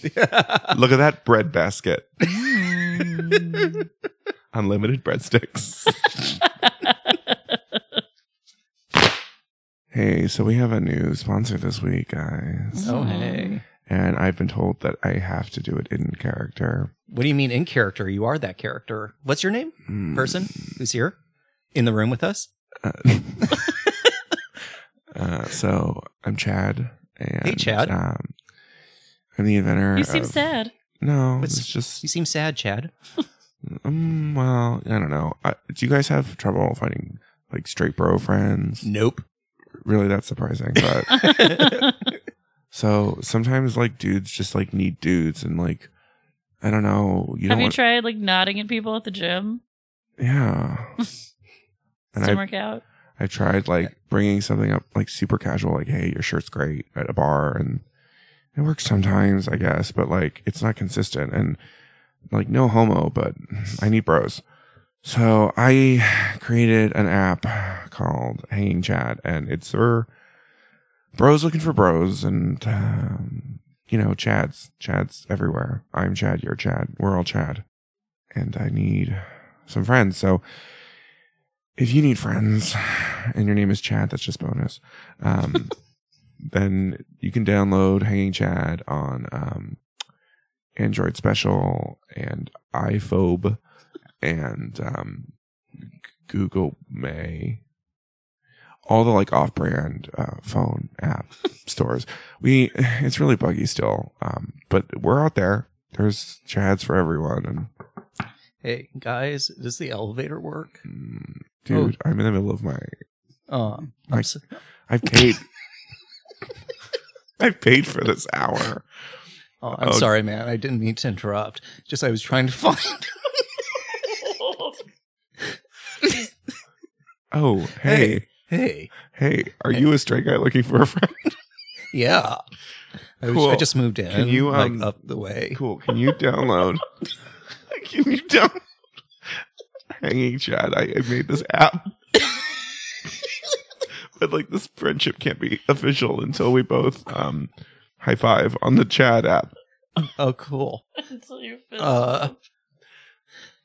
Speaker 2: look at that bread basket,
Speaker 1: Mm.
Speaker 2: unlimited breadsticks. hey, so we have a new sponsor this week, guys,
Speaker 3: oh hey.
Speaker 2: and I've been told that I have to do it in character.
Speaker 3: What do you mean in character? You are that character. What's your name?
Speaker 2: Mm.
Speaker 3: Person who's here in the room with us?
Speaker 2: Uh, so I'm Chad, and
Speaker 3: Chad.
Speaker 2: Um, and the inventor.
Speaker 1: You seem
Speaker 2: of-
Speaker 1: sad.
Speaker 2: No,
Speaker 3: What's-
Speaker 2: it's just
Speaker 3: You seem sad, Chad.
Speaker 2: um, well, I don't know. I, do you guys have trouble finding like straight bro friends?
Speaker 3: Nope.
Speaker 2: Really, that's surprising. But so sometimes like dudes just like need dudes, and like I don't know. You
Speaker 1: Have
Speaker 2: don't
Speaker 1: you
Speaker 2: want,
Speaker 1: tried like nodding at people at the gym?
Speaker 2: yeah. and
Speaker 1: Doesn't
Speaker 2: I
Speaker 1: work out.
Speaker 2: I tried like bringing something up like super casual, like hey, your shirt's great at a bar, and it works sometimes, I guess, but like it's not consistent and like no homo, but I need bros. So I created an app called Hanging Chat, and it's for bros looking for bros, and um, you know, Chad's Chad's everywhere. I'm Chad, you're Chad, we're all Chad, and I need some friends. So if you need friends and your name is Chad, that's just bonus. Um, then you can download Hanging Chad on um, Android Special and iPhobe and um, G- Google May. All the like off-brand uh, phone app stores. We it's really buggy still, um, but we're out there. There's Chads for everyone, and
Speaker 3: Hey guys, does the elevator work?
Speaker 2: mm, dude, I'm in the middle of my
Speaker 3: Um,
Speaker 2: Like- I paid. I paid for this hour.
Speaker 3: Oh, I'm
Speaker 2: Oh.
Speaker 3: sorry, man. I didn't mean to interrupt. Just I was trying to find.
Speaker 2: Oh, hey,
Speaker 3: hey,
Speaker 2: hey, are you a straight guy looking for a friend?
Speaker 3: yeah. I, was, I
Speaker 2: Cool.
Speaker 3: just moved in.
Speaker 2: Can you, um,
Speaker 3: like, up the way?
Speaker 2: Cool. Can you download? Can you download? Hanging Chad, I, I made this app. but like this friendship can't be official until we both um high five on the Chad app.
Speaker 3: Oh, cool.
Speaker 1: Until you fist
Speaker 3: Uh,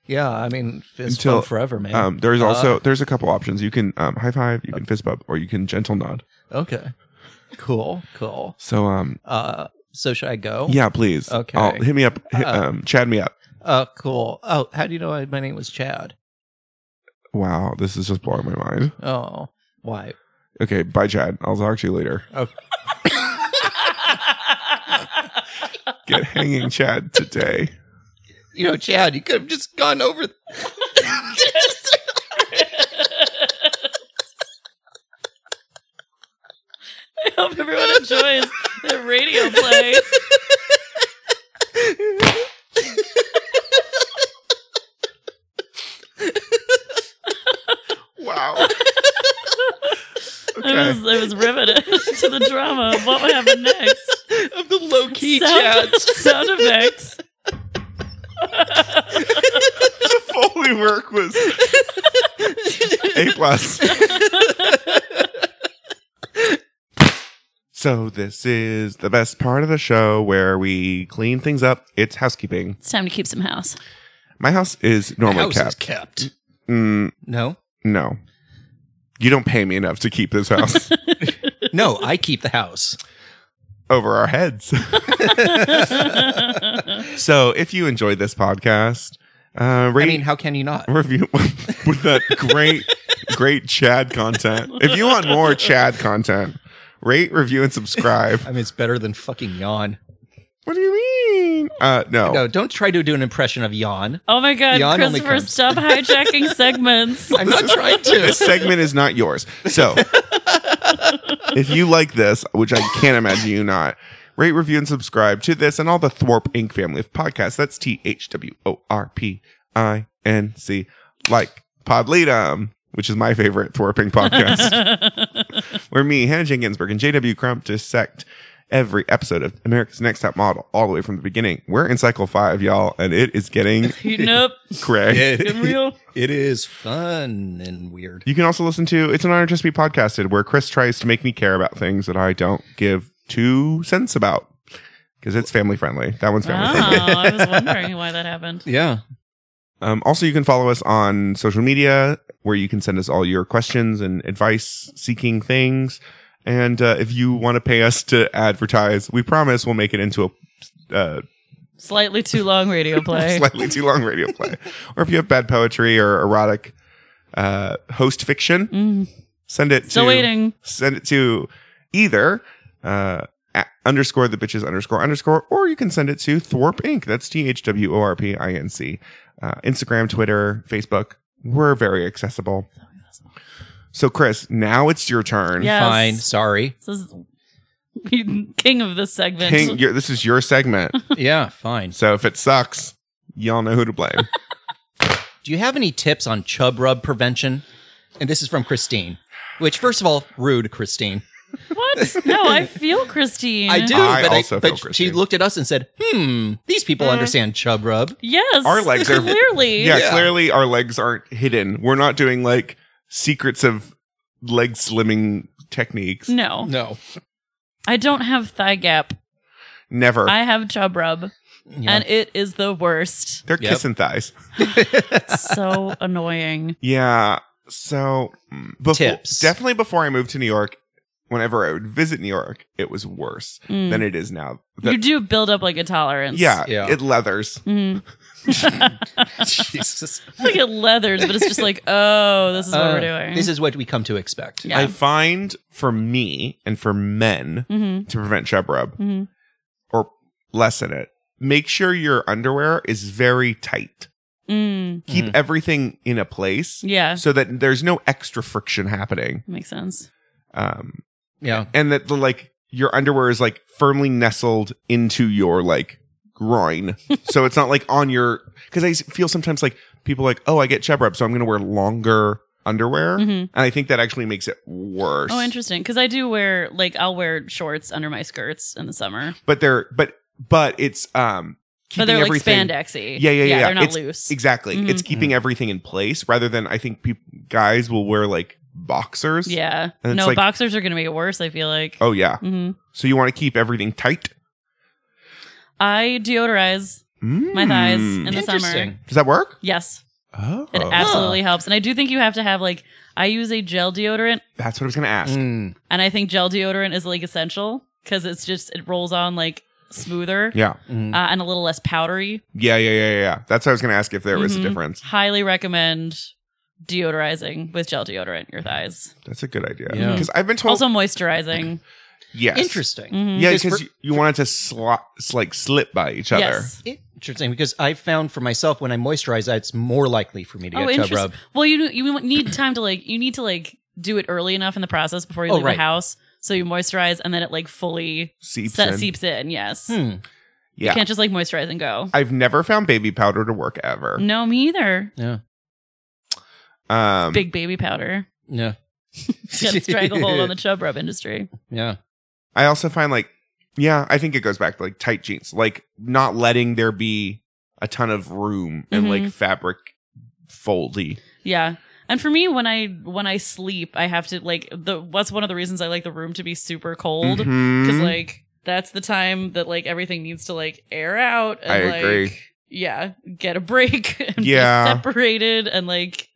Speaker 3: Yeah, I mean, fist
Speaker 2: Until,
Speaker 3: bump forever, man.
Speaker 2: Um there's also there's a couple options. You can um high five, you can fist bump, or you can gentle nod.
Speaker 3: okay, cool, cool.
Speaker 2: So um
Speaker 3: Uh, so should I go?
Speaker 2: Yeah, please.
Speaker 3: Okay.
Speaker 2: I'll, hit me up. Hit,
Speaker 3: Uh,
Speaker 2: um, chat me up.
Speaker 3: Oh, cool. Oh, how do you know I, my name was Chad?
Speaker 2: Wow, this is just blowing my mind.
Speaker 3: Oh, why?
Speaker 2: Okay, bye, Chad. I'll talk to you later. Get hanging, Chad, today.
Speaker 3: You know, Chad, you could have just gone over.
Speaker 1: I hope everyone enjoys the radio play.
Speaker 2: Wow.
Speaker 1: It was,
Speaker 2: okay.
Speaker 1: it was riveted to the drama of what would happen next.
Speaker 3: of the low key
Speaker 1: sound, sound effects.
Speaker 2: the Foley work was A plus. So this is the best part of the show where we clean things up. It's housekeeping.
Speaker 1: It's time to keep some house.
Speaker 2: My house is normally
Speaker 3: House is
Speaker 2: kept.
Speaker 3: kept.
Speaker 2: Mm,
Speaker 3: No,
Speaker 2: no. You don't pay me enough to keep this house
Speaker 3: no, I keep the house.
Speaker 2: over our heads. So if you enjoyed this podcast, uh,
Speaker 3: I
Speaker 2: rate,
Speaker 3: mean, how can you not?
Speaker 2: review with that great, great Chad content. If you want more Chad content, rate, review, and subscribe.
Speaker 3: I mean, it's better than fucking yawn.
Speaker 2: What do you mean? Uh, no.
Speaker 3: No, don't try to do an impression of yawn.
Speaker 1: Oh my god,
Speaker 3: Yawn only
Speaker 1: Christopher,
Speaker 3: comes-
Speaker 1: stop hijacking segments.
Speaker 3: I'm not trying
Speaker 2: This
Speaker 3: to.
Speaker 2: segment is not yours. So if you like this, which I can't imagine you not, rate, review, and subscribe to this and all the Thwarp Inc. family of podcasts. That's T H W O R P I N C. Like Podletum, which is my favorite Thwarp Inc. podcast. where me, Hannah Jane Ginsburg, and J.W. Crump dissect every episode of America's Next Top Model all the way from the beginning. We're in cycle five, y'all, and it is getting
Speaker 1: Heating up,
Speaker 2: cray.
Speaker 1: getting real.
Speaker 3: it is fun and weird.
Speaker 2: You can also listen to It's an Honor Just to Be Podcasted, where Chris tries to make me care about things that I don't give two cents about because it's family friendly. That one's
Speaker 1: Oh,
Speaker 2: family friendly.
Speaker 1: I was wondering why that happened.
Speaker 3: Yeah.
Speaker 2: Um, also, you can follow us on social media where you can send us all your questions and advice seeking things. And uh, if you want to pay us to advertise, we promise we'll make it into a uh,
Speaker 1: Slightly too long radio play.
Speaker 2: slightly too long radio play. or if you have bad poetry or erotic uh, host fiction,
Speaker 1: Mm,
Speaker 2: send it
Speaker 1: still
Speaker 2: to
Speaker 1: waiting.
Speaker 2: send it to either uh, at underscore the bitches underscore underscore, or you can send it to Thwarp Inc. That's T H W O R P I N C. Uh, Instagram, Twitter, Facebook. We're very accessible. So, Chris, now it's your turn.
Speaker 1: Yeah. Yes.
Speaker 3: Fine. Sorry.
Speaker 1: This is king of this segment.
Speaker 2: King, your- this is your segment.
Speaker 3: yeah. Fine.
Speaker 2: so, if it sucks, y'all know who to blame.
Speaker 3: Do you have any tips on chub rub prevention? And this is from Christine. Which, first of all, rude, Christine.
Speaker 1: What? No, I feel Christine.
Speaker 3: I do,
Speaker 2: I
Speaker 3: but,
Speaker 2: also
Speaker 3: but
Speaker 2: feel
Speaker 3: she
Speaker 2: Christine.
Speaker 3: looked at us and said, "Hmm, these people
Speaker 1: Uh.
Speaker 3: understand chub rub."
Speaker 1: Yes.
Speaker 2: Our legs are-
Speaker 1: clearly.
Speaker 2: yeah,
Speaker 3: Yeah.
Speaker 2: clearly our legs aren't hidden. We're not doing like secrets of leg slimming techniques.
Speaker 1: No,
Speaker 3: No,
Speaker 1: I don't have thigh gap.
Speaker 2: Never.
Speaker 1: I have chub rub, and it is the worst.
Speaker 2: They're
Speaker 3: Yep.
Speaker 2: kissing thighs.
Speaker 1: so annoying.
Speaker 2: Yeah. So mm, befo-
Speaker 3: Hmm. Tips.
Speaker 2: Definitely before I moved to New York, whenever I would visit New York, it was worse
Speaker 1: Mm.
Speaker 2: than it is now.
Speaker 1: you
Speaker 2: That-
Speaker 1: do build up like a tolerance.
Speaker 2: yeah,
Speaker 3: Yeah.
Speaker 2: It leathers.
Speaker 1: Mm.
Speaker 3: Jesus.
Speaker 1: It's like it leathers, but it's just like, oh, this is what
Speaker 3: Uh,
Speaker 1: we're doing.
Speaker 3: This is what we come to expect.
Speaker 1: Yeah.
Speaker 2: I find for me and for men
Speaker 1: mm-hmm.
Speaker 2: to prevent chub rub
Speaker 1: Mm-hmm.
Speaker 2: or lessen it, make sure your underwear is very tight.
Speaker 1: Mm.
Speaker 2: Keep
Speaker 3: Mhm.
Speaker 2: everything in a place
Speaker 1: Yeah,
Speaker 2: so that there's no extra friction happening.
Speaker 1: makes sense.
Speaker 2: Um,
Speaker 3: Yeah.
Speaker 2: and that the like your underwear is like firmly nestled into your like groin, so it's not like on your. Because I s- feel sometimes like people like, oh, I get chub rub, so I'm going to wear longer underwear, and
Speaker 1: hmm
Speaker 2: I think that actually makes it worse.
Speaker 1: Oh, interesting. Because I do wear like I'll wear shorts under my skirts in the summer,
Speaker 2: But they're but but it's um.
Speaker 1: but they're
Speaker 2: keeping
Speaker 1: like
Speaker 2: everything-
Speaker 1: spandexy.
Speaker 2: Yeah, yeah, yeah, yeah.
Speaker 1: They're not
Speaker 2: It's-
Speaker 1: loose.
Speaker 2: Exactly,
Speaker 1: Mhm.
Speaker 2: it's keeping everything in place rather than I think peop guys will wear like boxers.
Speaker 1: Yeah.
Speaker 2: And it's
Speaker 1: No,
Speaker 2: like-
Speaker 1: boxers are going to make it worse, I feel like.
Speaker 2: Oh yeah.
Speaker 1: Mhm.
Speaker 2: So you want to keep everything tight.
Speaker 1: I deodorize my thighs
Speaker 2: Mm.
Speaker 1: in the summer.
Speaker 3: Interesting.
Speaker 2: Does that work?
Speaker 1: Yes,
Speaker 2: Oh,
Speaker 1: it absolutely helps. And I do think you have to have like, I use a gel deodorant,
Speaker 2: that's what I was going to ask.
Speaker 3: Mm.
Speaker 1: and I think gel deodorant is like essential because it's just, it rolls on like smoother
Speaker 2: Yeah.
Speaker 3: Mm.
Speaker 1: uh, and a little less powdery.
Speaker 2: yeah, yeah, yeah, yeah, yeah. That's what I was going to ask if there was a
Speaker 1: Mhm.
Speaker 2: difference.
Speaker 1: Highly recommend deodorizing with gel deodorant your thighs.
Speaker 2: That's a good idea.
Speaker 3: Yeah.
Speaker 2: Because I've been told,
Speaker 1: Also moisturizing.
Speaker 2: yes,
Speaker 3: Interesting.
Speaker 1: Mhm.
Speaker 2: Yeah,
Speaker 3: Because
Speaker 2: because
Speaker 3: for-
Speaker 2: you, you want it to slot, like slip by each other.
Speaker 1: Yes.
Speaker 3: Interesting, because I found for myself when I moisturize, it's more likely for me to
Speaker 1: Oh,
Speaker 3: get chub
Speaker 1: interest-
Speaker 3: rub.
Speaker 1: Well, you you need time to like you need to like do it early enough in the process before you
Speaker 3: Oh,
Speaker 1: leave
Speaker 3: right.
Speaker 1: the house, so you moisturize and then it like fully
Speaker 2: Seeps
Speaker 1: se-
Speaker 2: in.
Speaker 1: seeps in. Yes,
Speaker 3: Hmm.
Speaker 1: you
Speaker 2: yeah,
Speaker 1: can't just like moisturize and go.
Speaker 2: I've never found baby powder to work ever.
Speaker 1: No, me either.
Speaker 2: Um,
Speaker 1: Big baby powder.
Speaker 3: Yeah.
Speaker 1: Got a stranglehold on the chub rub industry.
Speaker 3: Yeah.
Speaker 2: I also find like, yeah, I think it goes back to like tight jeans, like not letting there be a ton of room and
Speaker 1: Mhm.
Speaker 2: like fabric foldy.
Speaker 1: Yeah. And for me, when I when I sleep, I have to like the. What's one of the reasons I like the room to be super cold? Because
Speaker 2: Mhm.
Speaker 1: like that's the time that like everything needs to like air out. And,
Speaker 2: I
Speaker 1: like,
Speaker 2: agree.
Speaker 1: yeah, get a break and
Speaker 2: Yeah.
Speaker 1: be separated and like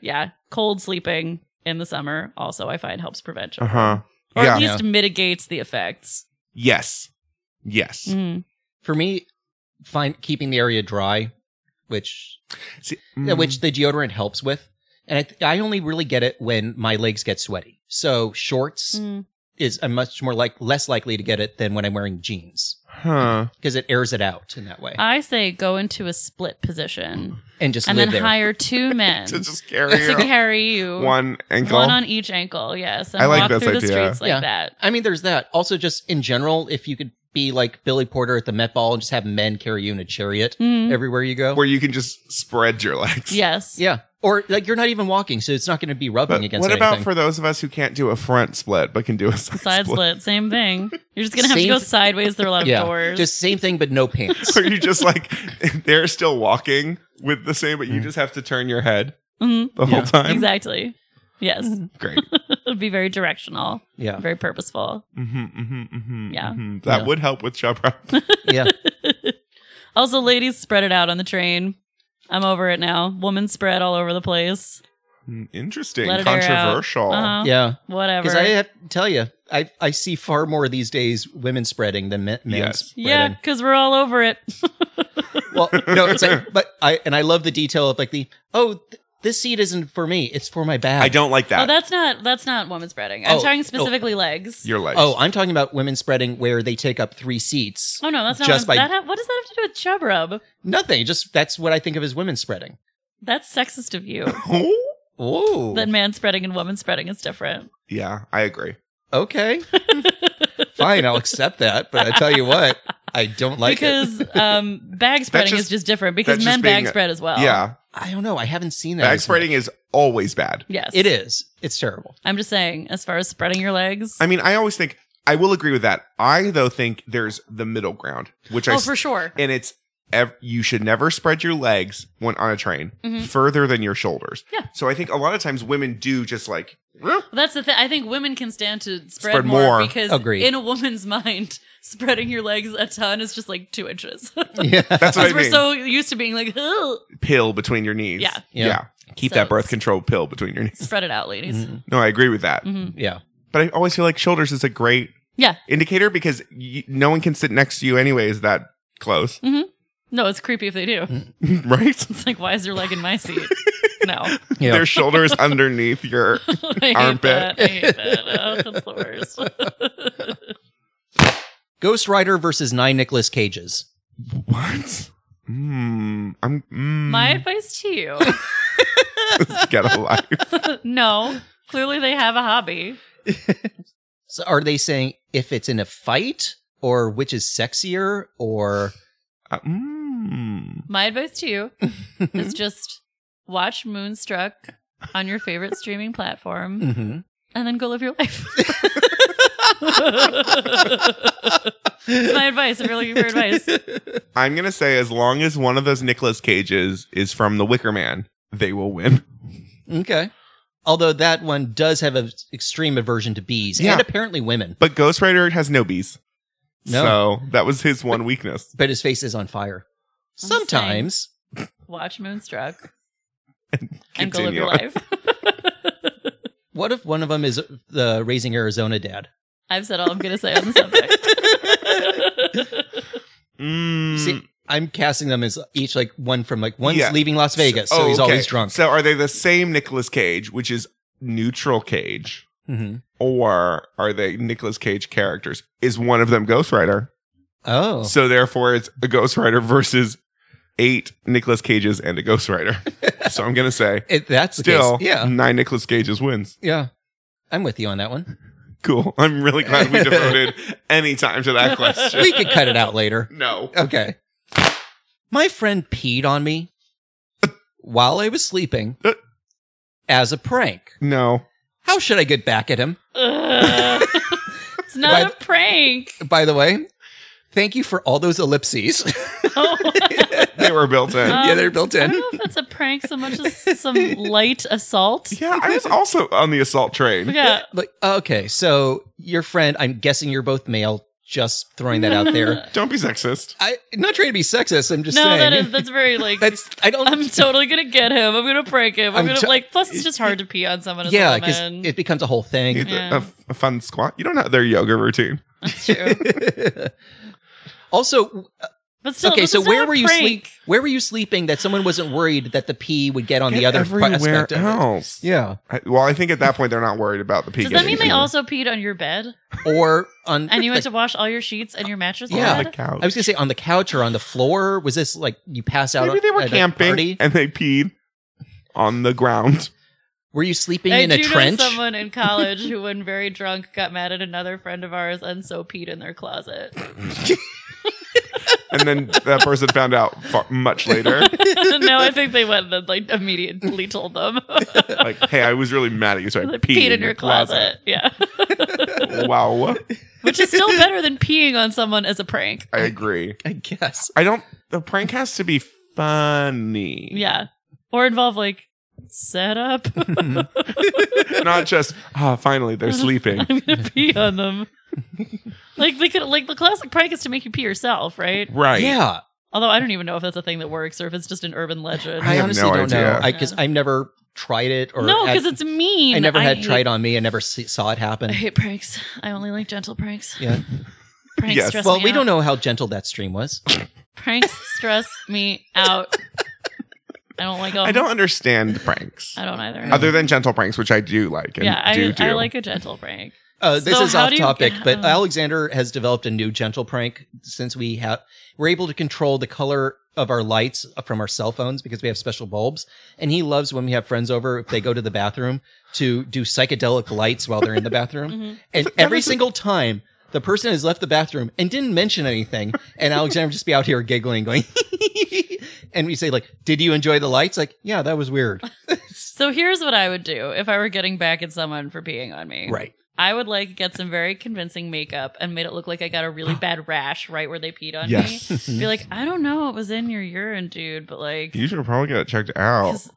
Speaker 1: yeah, cold sleeping in the summer also I find helps prevent
Speaker 2: Uh
Speaker 1: children.
Speaker 2: huh.
Speaker 1: Or
Speaker 2: Yeah.
Speaker 1: at least mitigates the effects.
Speaker 2: Yes. Yes.
Speaker 1: Mhm.
Speaker 3: For me, find keeping the area dry, which
Speaker 2: See-
Speaker 3: yeah,
Speaker 1: Mm-hmm.
Speaker 3: which the deodorant helps with. And I, th- I only really get it when my legs get sweaty. So shorts
Speaker 1: Mm.
Speaker 3: is I'm much more like less likely to get it than when I'm wearing jeans
Speaker 2: Huh.
Speaker 3: because it airs it out in
Speaker 2: eh.
Speaker 3: that way
Speaker 1: I say go into a split position
Speaker 3: and just
Speaker 1: Uh, and
Speaker 3: live
Speaker 1: then
Speaker 3: there.
Speaker 1: hire two men
Speaker 2: to
Speaker 1: to
Speaker 2: just carry a-
Speaker 1: carry you
Speaker 2: one ankle.
Speaker 1: one on each ankle, yes, and
Speaker 2: I like
Speaker 1: walk
Speaker 2: this
Speaker 1: through the
Speaker 2: idea.
Speaker 1: streets like
Speaker 3: Yeah.
Speaker 1: that.
Speaker 3: I mean, there's that. Also, just in general, if you could be like Billy Porter at the Met Ball and just have men carry you in a chariot
Speaker 1: Mm.
Speaker 3: everywhere you go.
Speaker 2: where you can just spread your legs.
Speaker 1: Yes.
Speaker 3: yeah. Or like you're not even walking, so it's not going to be rubbing
Speaker 2: But
Speaker 3: against
Speaker 2: what
Speaker 3: anything.
Speaker 2: about for those of us who can't do a front split but can do a side,
Speaker 1: Side
Speaker 2: split?
Speaker 1: split, same thing. You're just gonna have
Speaker 3: Same-
Speaker 1: to go sideways through a lot of
Speaker 3: yeah,
Speaker 1: doors.
Speaker 3: just same thing but no pants.
Speaker 2: Where you just like they're still walking with the same, but you
Speaker 3: Mm.
Speaker 2: just have to turn your head
Speaker 1: Mhm.
Speaker 2: the
Speaker 3: Yeah.
Speaker 2: whole time.
Speaker 1: Exactly. Yes.
Speaker 3: Mm-hmm.
Speaker 2: Great.
Speaker 1: It'd be very directional,
Speaker 3: yeah,
Speaker 1: very purposeful.
Speaker 3: Mm-hmm,
Speaker 2: hmm hmm hmm
Speaker 1: Yeah.
Speaker 2: hmm That
Speaker 3: Yeah.
Speaker 2: would help with chub rub.
Speaker 3: yeah.
Speaker 1: also, ladies, spread it out on the train. I'm over it now. Woman spread all over the place.
Speaker 2: Hmm, Interesting.
Speaker 1: Let it air out.
Speaker 2: Controversial.
Speaker 1: Uh-huh.
Speaker 3: Yeah,
Speaker 1: Whatever.
Speaker 3: because I have to tell you, I I see far more these days women spreading than men. men
Speaker 2: Yes.
Speaker 1: yeah,
Speaker 3: spreading.
Speaker 1: because we're all over it.
Speaker 3: Well, no, it's like, but I and I love the detail of like the oh, this seat isn't for me. It's for my bag.
Speaker 2: I don't like
Speaker 1: Oh,
Speaker 2: that.
Speaker 1: that's not that's not woman spreading. I'm
Speaker 3: Oh,
Speaker 1: talking specifically legs.
Speaker 2: Your legs.
Speaker 3: Oh, I'm talking about women spreading where they take up three seats.
Speaker 1: Oh no, that's not
Speaker 3: Just
Speaker 1: women-
Speaker 3: by-
Speaker 1: that. Ha- what does that have to do with chub rub?
Speaker 3: Nothing. Just that's what I think of as women spreading.
Speaker 1: That's sexist of you.
Speaker 3: Ooh.
Speaker 1: that man spreading and woman spreading is different.
Speaker 2: yeah, I agree.
Speaker 3: okay. Fine, I'll accept that. But I tell you what, I don't like it.
Speaker 1: because um, bag spreading is
Speaker 2: just-
Speaker 1: just different because
Speaker 2: that's
Speaker 1: men
Speaker 2: just
Speaker 1: bag
Speaker 2: being-
Speaker 1: spread as well.
Speaker 2: yeah,
Speaker 3: I don't know. I haven't seen that.
Speaker 2: back
Speaker 3: as
Speaker 2: spreading
Speaker 3: much.
Speaker 2: is always bad.
Speaker 1: Yes.
Speaker 3: It is. It's terrible.
Speaker 1: I'm just saying, as far as spreading your legs.
Speaker 2: I mean, I always think I will agree with that. I though think there's the middle ground, which I
Speaker 1: oh,
Speaker 2: s-
Speaker 1: for sure.
Speaker 2: and it's ev- you should never spread your legs when on a train
Speaker 1: Mhm.
Speaker 2: further than your shoulders.
Speaker 1: Yeah.
Speaker 2: So I think a lot of times women do just like "Eh,
Speaker 1: That's the thing. I think women can stand to spread,
Speaker 2: Spread
Speaker 1: more,
Speaker 2: more.
Speaker 1: because
Speaker 3: Agreed.
Speaker 1: in a woman's mind, spreading your legs a ton is just like two inches.
Speaker 3: Yeah.
Speaker 2: that's what I
Speaker 1: Because we're
Speaker 2: mean.
Speaker 1: so used to being like, "Ugh."
Speaker 2: pill between your knees.
Speaker 1: Yeah.
Speaker 3: Yeah.
Speaker 2: Yeah. Keep
Speaker 1: So
Speaker 2: that Mm-hmm. birth
Speaker 1: it's-
Speaker 2: control pill between your knees.
Speaker 1: spread it out, ladies.
Speaker 3: Mhm.
Speaker 2: No, I agree with that.
Speaker 1: Mhm.
Speaker 3: Yeah.
Speaker 2: But I always feel like shoulders is a great
Speaker 1: Yeah.
Speaker 2: indicator because y- no one can sit next to you anyways that close,
Speaker 1: No, it's creepy if they do.
Speaker 2: right?
Speaker 1: It's like, why is your leg in my seat? No.
Speaker 3: Yeah.
Speaker 2: Their shoulders underneath your
Speaker 1: I hate
Speaker 2: Armpit. Mm.
Speaker 1: that. I hate that. Oh, that's the worst.
Speaker 3: Ghost Rider versus nine Nicolas Cages.
Speaker 2: what? Mm, I'm mm,
Speaker 1: My advice to you
Speaker 2: get a life.
Speaker 1: no, clearly they have a hobby.
Speaker 3: So are they saying if it's in a fight or which is sexier or
Speaker 2: Uh, mm.
Speaker 1: My advice to you is just watch Moonstruck on your favorite streaming platform
Speaker 2: Mm-hmm.
Speaker 3: Mhm.
Speaker 1: and then go live your life. It's my advice if you're looking for advice.
Speaker 2: I'm gonna say as long as one of those Nicolas Cages is from The Wicker Man, they will win.
Speaker 3: Okay. Although that one does have an extreme aversion to bees
Speaker 2: Yeah.
Speaker 3: and apparently women,
Speaker 2: But Ghost Rider has no bees,
Speaker 3: No.
Speaker 2: so that was his one weakness.
Speaker 3: but his face is on fire.
Speaker 1: I'm just
Speaker 3: Sometimes.
Speaker 1: Watch Moonstruck and go live
Speaker 2: Continue.
Speaker 1: your life.
Speaker 3: What if one of them is the Raising Arizona dad?
Speaker 1: I've said all I'm going to say on the subject.
Speaker 2: Mm.
Speaker 3: See, I'm casting them as each like one from like one's
Speaker 2: Yeah.
Speaker 3: leaving Las Vegas, so
Speaker 2: Oh,
Speaker 3: he's
Speaker 2: okay.
Speaker 3: always drunk.
Speaker 2: So are they the same Nicolas Cage, which is neutral Cage,
Speaker 3: hmm
Speaker 2: or are they Nicolas Cage characters? Is one of them Ghost Rider?
Speaker 3: Oh,
Speaker 2: So therefore, it's a Ghost Rider versus eight Nicolas Cages and a Ghost Rider. so I'm gonna say
Speaker 3: It- that's the
Speaker 2: still
Speaker 3: case. yeah,
Speaker 2: nine Nicolas Cages wins.
Speaker 3: yeah. I'm with you on that one.
Speaker 2: Cool. I'm really glad we devoted any time to that question.
Speaker 3: We could cut it out later.
Speaker 2: No.
Speaker 3: Okay. My friend peed on me while I was sleeping as a prank.
Speaker 2: No.
Speaker 3: How should I get back at him?
Speaker 1: Ugh. it's not
Speaker 3: But-
Speaker 1: a prank.
Speaker 3: By the way, thank you for all those ellipses.
Speaker 2: They were built in.
Speaker 1: Um,
Speaker 3: yeah, they're built
Speaker 1: I
Speaker 3: in.
Speaker 1: don't know if it's a prank so much as some light assault.
Speaker 2: yeah, I was also on the assault train.
Speaker 1: Yeah.
Speaker 3: Like, okay, so your friend, I'm guessing you're both male, just throwing that out there.
Speaker 2: Don't be sexist.
Speaker 3: I, I'm not trying to be sexist. I'm just
Speaker 1: no,
Speaker 3: saying.
Speaker 1: that is that's very like
Speaker 3: That's, I don't.
Speaker 1: I'm totally gonna get him. I'm gonna prank him. I'm,
Speaker 3: I'm
Speaker 1: gonna
Speaker 3: t-
Speaker 1: like plus it's just hard to pee on someone as
Speaker 3: yeah,
Speaker 1: a
Speaker 3: because
Speaker 1: woman.
Speaker 3: it becomes a whole thing.
Speaker 2: It's
Speaker 1: Yeah.
Speaker 2: A, a fun squat. You don't know their yoga routine.
Speaker 1: That's true.
Speaker 3: also,
Speaker 1: But still,
Speaker 3: okay,
Speaker 1: this
Speaker 3: so
Speaker 1: is not
Speaker 3: where
Speaker 1: a
Speaker 3: were you
Speaker 1: prank.
Speaker 3: sleep? Where were you sleeping that someone wasn't worried that the pee would get on the
Speaker 2: Get
Speaker 3: other
Speaker 2: everywhere
Speaker 3: aspect of it?
Speaker 2: else.
Speaker 3: Yeah,
Speaker 2: I- well, I think at that point they're not worried about the pee.
Speaker 1: Does that mean
Speaker 2: getting
Speaker 1: they
Speaker 2: to
Speaker 1: also peed on your bed?
Speaker 3: or on
Speaker 1: And you went to wash all your sheets and your mattress?
Speaker 3: Yeah.
Speaker 2: the
Speaker 1: Like,
Speaker 2: couch?
Speaker 3: I was gonna say on the couch or on the floor. Was this like you pass out?
Speaker 2: Maybe
Speaker 3: on-
Speaker 2: they were
Speaker 3: at a
Speaker 2: camping
Speaker 3: party?
Speaker 2: and they peed on the ground.
Speaker 3: Were you sleeping
Speaker 1: I
Speaker 3: in a
Speaker 1: do
Speaker 3: trench?
Speaker 1: know someone in college who, when very drunk, got mad at another friend of ours and so peed in their closet.
Speaker 2: And then that person found out far, much later,
Speaker 1: no, I think they went and then, like immediately told them.
Speaker 2: like, "Hey, I was really mad at you, so I
Speaker 1: They
Speaker 2: peed,
Speaker 1: peed in your closet. Yeah.
Speaker 2: closet." Wow,
Speaker 1: Which is still better than peeing on someone as a prank.
Speaker 2: I agree.
Speaker 3: I guess.
Speaker 2: I don't. The prank has to be funny.
Speaker 1: Yeah. Or involve like setup.
Speaker 2: not just ah. finally, they're sleeping.
Speaker 1: I'm gonna pee on them. like they could like the classic prank is to make you pee yourself, right?
Speaker 2: Right.
Speaker 1: Um,
Speaker 3: Yeah,
Speaker 1: Although I don't even know if that's a thing that works or if it's just an urban legend.
Speaker 2: I
Speaker 3: I,
Speaker 2: have
Speaker 3: honestly
Speaker 2: no
Speaker 3: don't know
Speaker 2: idea.
Speaker 3: because I've never tried it or
Speaker 1: no, because
Speaker 3: had-
Speaker 1: it's mean.
Speaker 3: I never had
Speaker 1: hate-
Speaker 3: tried on me. I never see, saw it happen.
Speaker 1: I hate pranks. I only like gentle pranks.
Speaker 3: Yeah.
Speaker 1: Pranks
Speaker 2: Yes.
Speaker 1: stress
Speaker 3: Well,
Speaker 1: me
Speaker 3: we
Speaker 1: out.
Speaker 3: don't know how gentle that stream was.
Speaker 1: Pranks stress me out. I don't like them.
Speaker 2: I don't understand pranks
Speaker 1: I don't either.
Speaker 2: other than gentle pranks, which I do like. And
Speaker 1: yeah,
Speaker 2: do
Speaker 1: I,
Speaker 2: do.
Speaker 1: I like a gentle prank.
Speaker 3: Uh, this
Speaker 1: So
Speaker 3: is
Speaker 1: how
Speaker 3: off
Speaker 1: do you-
Speaker 3: topic, but
Speaker 1: uh,
Speaker 3: Alexander has developed a new gentle prank since we have we're able to control the color of our lights from our cell phones because we have special bulbs. And he loves when we have friends over if they go to the bathroom to do psychedelic lights while they're in the bathroom.
Speaker 1: Mhm.
Speaker 3: And every single time the person has left the bathroom and didn't mention anything, and Alexander would just be out here giggling, going, and we say like, "Did you enjoy the lights?" Like, yeah, that was weird,
Speaker 1: So here's what I would do if I were getting back at someone for peeing on me.
Speaker 3: right?
Speaker 1: I would like get some very convincing makeup and made it look like I got a really bad rash right where they peed on
Speaker 2: Yes.
Speaker 1: me. Be like, I don't know what was in your urine, dude, but like
Speaker 2: You should probably get it checked out.
Speaker 1: 'cause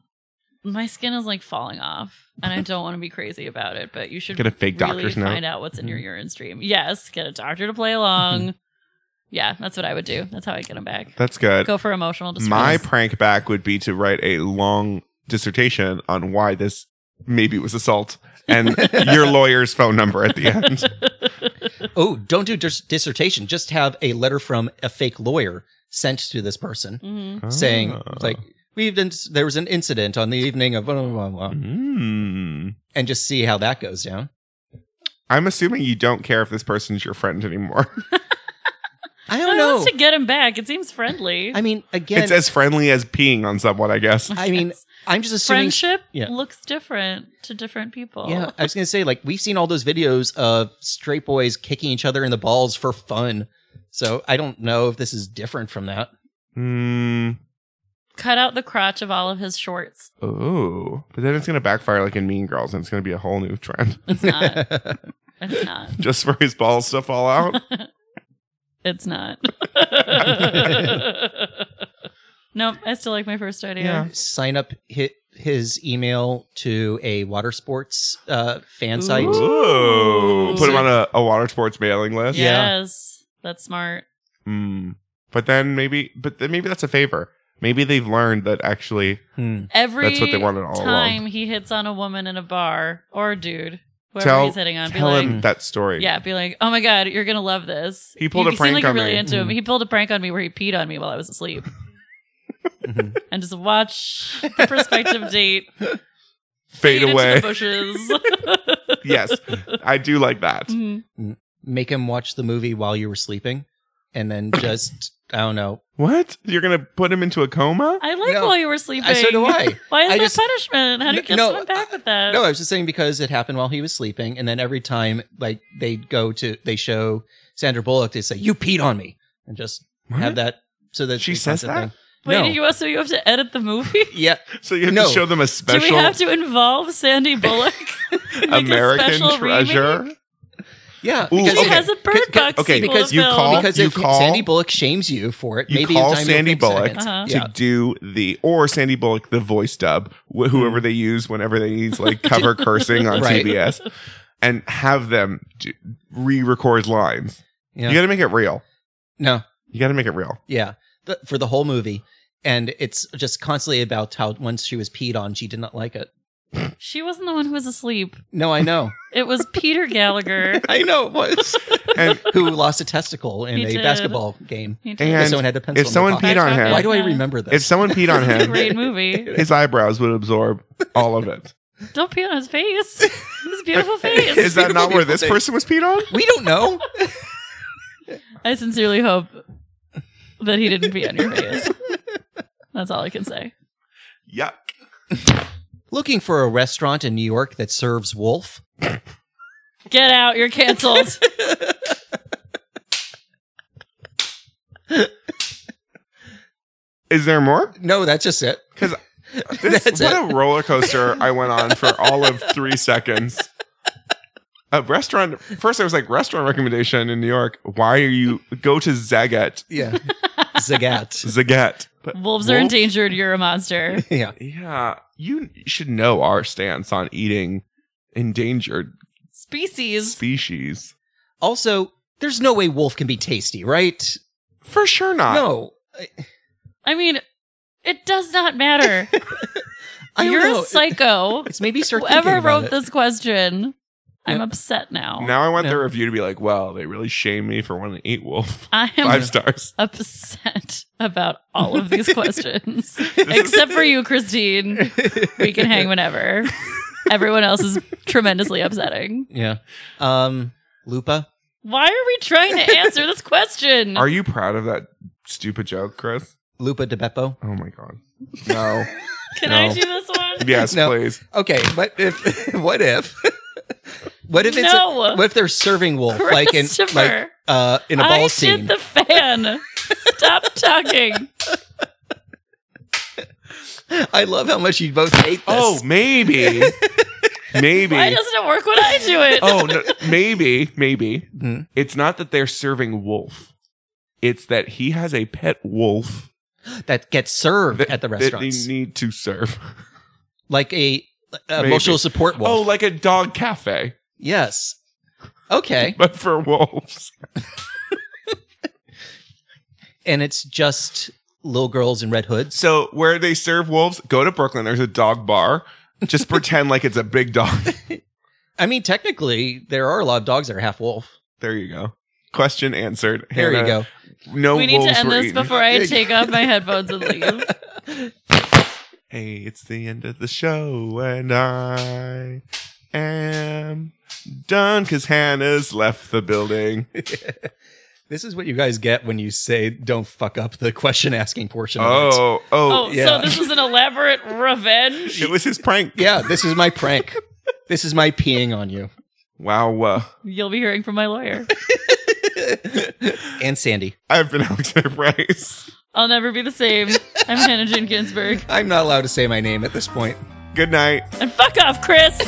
Speaker 1: my skin is like falling off and I don't want to be crazy about it, but you should
Speaker 2: Get a fake
Speaker 1: really
Speaker 2: doctor's note. Mm-hmm.
Speaker 1: find out what's in your urine stream. Yes, get a doctor to play along. yeah, that's what I would do. That's how I get them back.
Speaker 2: That's good.
Speaker 1: Go for emotional distress.
Speaker 2: My prank back would be to write a long dissertation on why this maybe was assault and your lawyer's phone number at the end.
Speaker 3: Oh, don't do dis- dissertation. Just have a letter from a fake lawyer sent to this person
Speaker 1: Mhm.
Speaker 3: saying,
Speaker 2: Oh.
Speaker 3: like, we've been, there was an incident on the evening of blah, blah, blah, blah,
Speaker 2: Mm.
Speaker 3: and just see how that goes down.
Speaker 2: I'm assuming you don't care if this person's your friend anymore.
Speaker 3: I
Speaker 1: I
Speaker 3: don't know.
Speaker 1: want to get him back. It seems friendly.
Speaker 3: I mean, again,
Speaker 2: it's as friendly as peeing on someone, I guess.
Speaker 3: I mean, I'm just assuming.
Speaker 1: friendship
Speaker 3: yeah.
Speaker 1: looks different to different people.
Speaker 3: Yeah, I was going to say, like, we've seen all those videos of straight boys kicking each other in the balls for fun. So I don't know if this is different from that.
Speaker 2: Mm.
Speaker 1: Cut out the crotch of all of his shorts.
Speaker 2: Oh, but then it's gonna backfire like in Mean Girls, and it's gonna be a whole new trend
Speaker 1: It's not. it's not.
Speaker 2: just for his balls to fall out.
Speaker 1: It's not. nope. I still like my first idea.
Speaker 3: Sign up hit his email to a water sports uh, fan site.
Speaker 2: Ooh, put him on a, a water sports mailing list.
Speaker 3: Yeah.
Speaker 1: Yes. That's smart.
Speaker 2: Hmm. But then maybe, but then maybe that's a favor. Maybe they've learned that actually.
Speaker 3: Hmm.
Speaker 1: Every
Speaker 2: That's what they wanted all
Speaker 1: time
Speaker 2: along.
Speaker 1: he hits on a woman in a bar or a dude, whoever
Speaker 2: Tell-
Speaker 1: he's hitting on, be
Speaker 2: Tell
Speaker 1: like,
Speaker 2: him that story.
Speaker 1: Yeah, be like, oh my god, you're gonna love this.
Speaker 2: He pulled
Speaker 1: you
Speaker 2: a
Speaker 1: seem
Speaker 2: prank
Speaker 1: like you're
Speaker 2: on
Speaker 1: really
Speaker 2: me. Mm.
Speaker 1: into him. He pulled a prank on me where he peed on me while I was asleep,
Speaker 3: Mhm.
Speaker 1: and just watch the prospective date
Speaker 2: Fade
Speaker 1: into
Speaker 2: away.
Speaker 1: the bushes.
Speaker 2: yes, I do like that.
Speaker 1: Mhm.
Speaker 3: Make him watch the movie while you were sleeping, and then just I don't know.
Speaker 2: What? You're gonna put him into a coma?
Speaker 1: I like
Speaker 3: No,
Speaker 1: while you were sleeping.
Speaker 3: I, so do I.
Speaker 1: Why is that
Speaker 3: I just-
Speaker 1: punishment? How do you
Speaker 3: N-
Speaker 1: get
Speaker 3: no,
Speaker 1: someone back with that?
Speaker 3: No, I was just saying because it happened while he was sleeping, and then every time like they go to they show Sandra Bullock, they say you peed on me, and just have
Speaker 2: What?
Speaker 3: that so that
Speaker 2: She
Speaker 3: it's
Speaker 2: says
Speaker 3: constant
Speaker 2: that?
Speaker 3: thing.
Speaker 1: Wait,
Speaker 3: no.
Speaker 1: you also you have to edit the movie.
Speaker 3: Yeah,
Speaker 2: So you have
Speaker 3: No.
Speaker 2: to show them a
Speaker 1: Do
Speaker 2: special
Speaker 1: we have to involve Sandy Bullock? and make a
Speaker 2: American
Speaker 1: special remake?
Speaker 2: treasure.
Speaker 3: yeah.
Speaker 2: Ooh,
Speaker 1: She
Speaker 2: Okay.
Speaker 1: has a bird
Speaker 3: Because-
Speaker 1: box.
Speaker 2: okay,
Speaker 1: sequel
Speaker 3: because
Speaker 1: to
Speaker 2: you
Speaker 1: film.
Speaker 2: call-
Speaker 3: because
Speaker 2: You
Speaker 3: if
Speaker 2: call-
Speaker 3: Sandy Bullock shames you for it,
Speaker 2: You
Speaker 3: maybe
Speaker 2: call
Speaker 3: in time you'll
Speaker 2: Sandy
Speaker 3: think
Speaker 2: Bullock
Speaker 3: seconds.
Speaker 1: Uh-huh.
Speaker 2: to do the or Sandy Bullock the voice dub,
Speaker 1: Hmm.
Speaker 2: wh- whoever they use whenever they use like cover cursing on
Speaker 3: Right.
Speaker 2: CBS, and have them do, re-record lines.
Speaker 3: Yeah.
Speaker 2: You got to make it real.
Speaker 3: No,
Speaker 2: You got to make it real.
Speaker 3: yeah, The- for the whole movie, and it's just constantly about how once she was peed on, she did not like it.
Speaker 1: She wasn't the one who was asleep.
Speaker 3: No, I know,
Speaker 1: It was Peter Gallagher.
Speaker 3: I know it was.
Speaker 2: And
Speaker 3: who lost a testicle in
Speaker 1: He
Speaker 3: a
Speaker 1: did.
Speaker 3: basketball game.
Speaker 1: He did.
Speaker 2: And
Speaker 3: Because someone had a pencil.
Speaker 2: if
Speaker 3: in
Speaker 2: someone
Speaker 3: their pocket.
Speaker 2: peed on him,
Speaker 3: why do I
Speaker 1: Yeah.
Speaker 3: remember
Speaker 2: if
Speaker 3: this?
Speaker 2: someone peed on
Speaker 1: It's a
Speaker 2: him,
Speaker 1: great movie.
Speaker 2: his eyebrows would absorb all of it.
Speaker 1: Don't pee on his face. His beautiful face.
Speaker 2: Is that not where this
Speaker 3: Beautiful
Speaker 2: person was peed on?
Speaker 3: we don't know.
Speaker 1: I sincerely hope that he didn't pee on your face. That's all I can say.
Speaker 2: Yuck.
Speaker 3: Looking for a restaurant in New York that serves wolf.
Speaker 1: Get out. You're canceled.
Speaker 2: Is there more?
Speaker 3: No, that's just it.
Speaker 2: This,
Speaker 3: That's
Speaker 2: what
Speaker 3: it.
Speaker 2: a roller coaster I went on for all of three seconds. A restaurant. First, I was like, restaurant recommendation in New York. Why are you go to Zagat?
Speaker 3: Yeah. Zagat.
Speaker 2: Zagat. But
Speaker 1: Wolves are
Speaker 2: wolf-
Speaker 1: endangered. You're a monster.
Speaker 3: Yeah.
Speaker 2: Yeah, you should know our stance on eating endangered
Speaker 1: Species.
Speaker 2: species.
Speaker 3: Also, there's no way wolf can be tasty, right?
Speaker 2: For sure not.
Speaker 3: no. I,
Speaker 1: I mean, it does not matter.
Speaker 3: I don't
Speaker 1: You're
Speaker 3: know.
Speaker 1: a psycho.
Speaker 3: it's maybe start
Speaker 1: Whoever
Speaker 3: thinking about
Speaker 1: wrote
Speaker 3: it.
Speaker 1: this question I'm
Speaker 3: Yeah.
Speaker 1: upset now.
Speaker 2: Now I want
Speaker 3: Yeah.
Speaker 2: their review to be like, well, they really shame me for wanting to eat wolf.
Speaker 1: I am
Speaker 2: Five stars.
Speaker 1: upset about all of these questions, except for you, Christine. We can hang whenever. Everyone else is tremendously upsetting.
Speaker 3: Yeah. Um, Lupa.
Speaker 1: Why are we trying to answer this question?
Speaker 2: Are you proud of that stupid joke, Chris?
Speaker 3: Lupa de Beppo.
Speaker 2: Oh my god. No.
Speaker 1: Can
Speaker 2: No.
Speaker 1: I do this one?
Speaker 2: yes,
Speaker 3: No.
Speaker 2: please.
Speaker 3: Okay, but if what if what if it's a-
Speaker 1: no.
Speaker 3: what if they're serving wolf like in like
Speaker 1: Christopher,
Speaker 3: uh in a ball
Speaker 1: I
Speaker 3: scene?
Speaker 1: did the fan. Stop talking.
Speaker 3: I love how much you both hate this.
Speaker 2: Oh, maybe. maybe.
Speaker 1: Why doesn't it work when I do it?
Speaker 2: oh, no, maybe, maybe.
Speaker 3: Mhm.
Speaker 2: It's not that they're serving wolf. It's that he has a pet wolf
Speaker 3: that gets served
Speaker 2: that,
Speaker 3: at the
Speaker 2: that
Speaker 3: restaurants,
Speaker 2: they need to serve.
Speaker 3: like a, a
Speaker 2: Maybe.
Speaker 3: emotional support wolf.
Speaker 2: Oh, like a dog cafe,
Speaker 3: yes. Okay,
Speaker 2: but for wolves.
Speaker 3: and it's just little girls in red hoods.
Speaker 2: So where they serve wolves, go to Brooklyn. There's a dog bar. Just pretend like it's a big dog.
Speaker 3: I mean, technically, there are a lot of dogs that are half wolf.
Speaker 2: There you go. Question answered.
Speaker 3: There you
Speaker 2: Hannah,
Speaker 3: go.
Speaker 2: No
Speaker 1: we need to
Speaker 2: wolves
Speaker 1: end
Speaker 2: were
Speaker 1: this
Speaker 2: eaten. Oh,
Speaker 1: before I take off my headphones and leave.
Speaker 2: Hey, it's the end of the show, and I am done because Hannah's left the building.
Speaker 3: This is what you guys get when you say "don't fuck up" the question asking portion. Of it.
Speaker 2: Oh,
Speaker 1: Oh,
Speaker 2: oh,
Speaker 3: yeah.
Speaker 1: so this is an elaborate revenge.
Speaker 2: it was his prank.
Speaker 3: yeah, this is my prank. this is my peeing on you.
Speaker 2: Wow. Uh,
Speaker 1: You'll be hearing from my lawyer.
Speaker 3: and Sandy.
Speaker 2: I've been Alexander Price.
Speaker 1: I'll never be the same. I'm Hannah Jane Ginsburg.
Speaker 3: I'm not allowed to say my name at this point.
Speaker 2: Good night.
Speaker 1: And fuck off, Chris!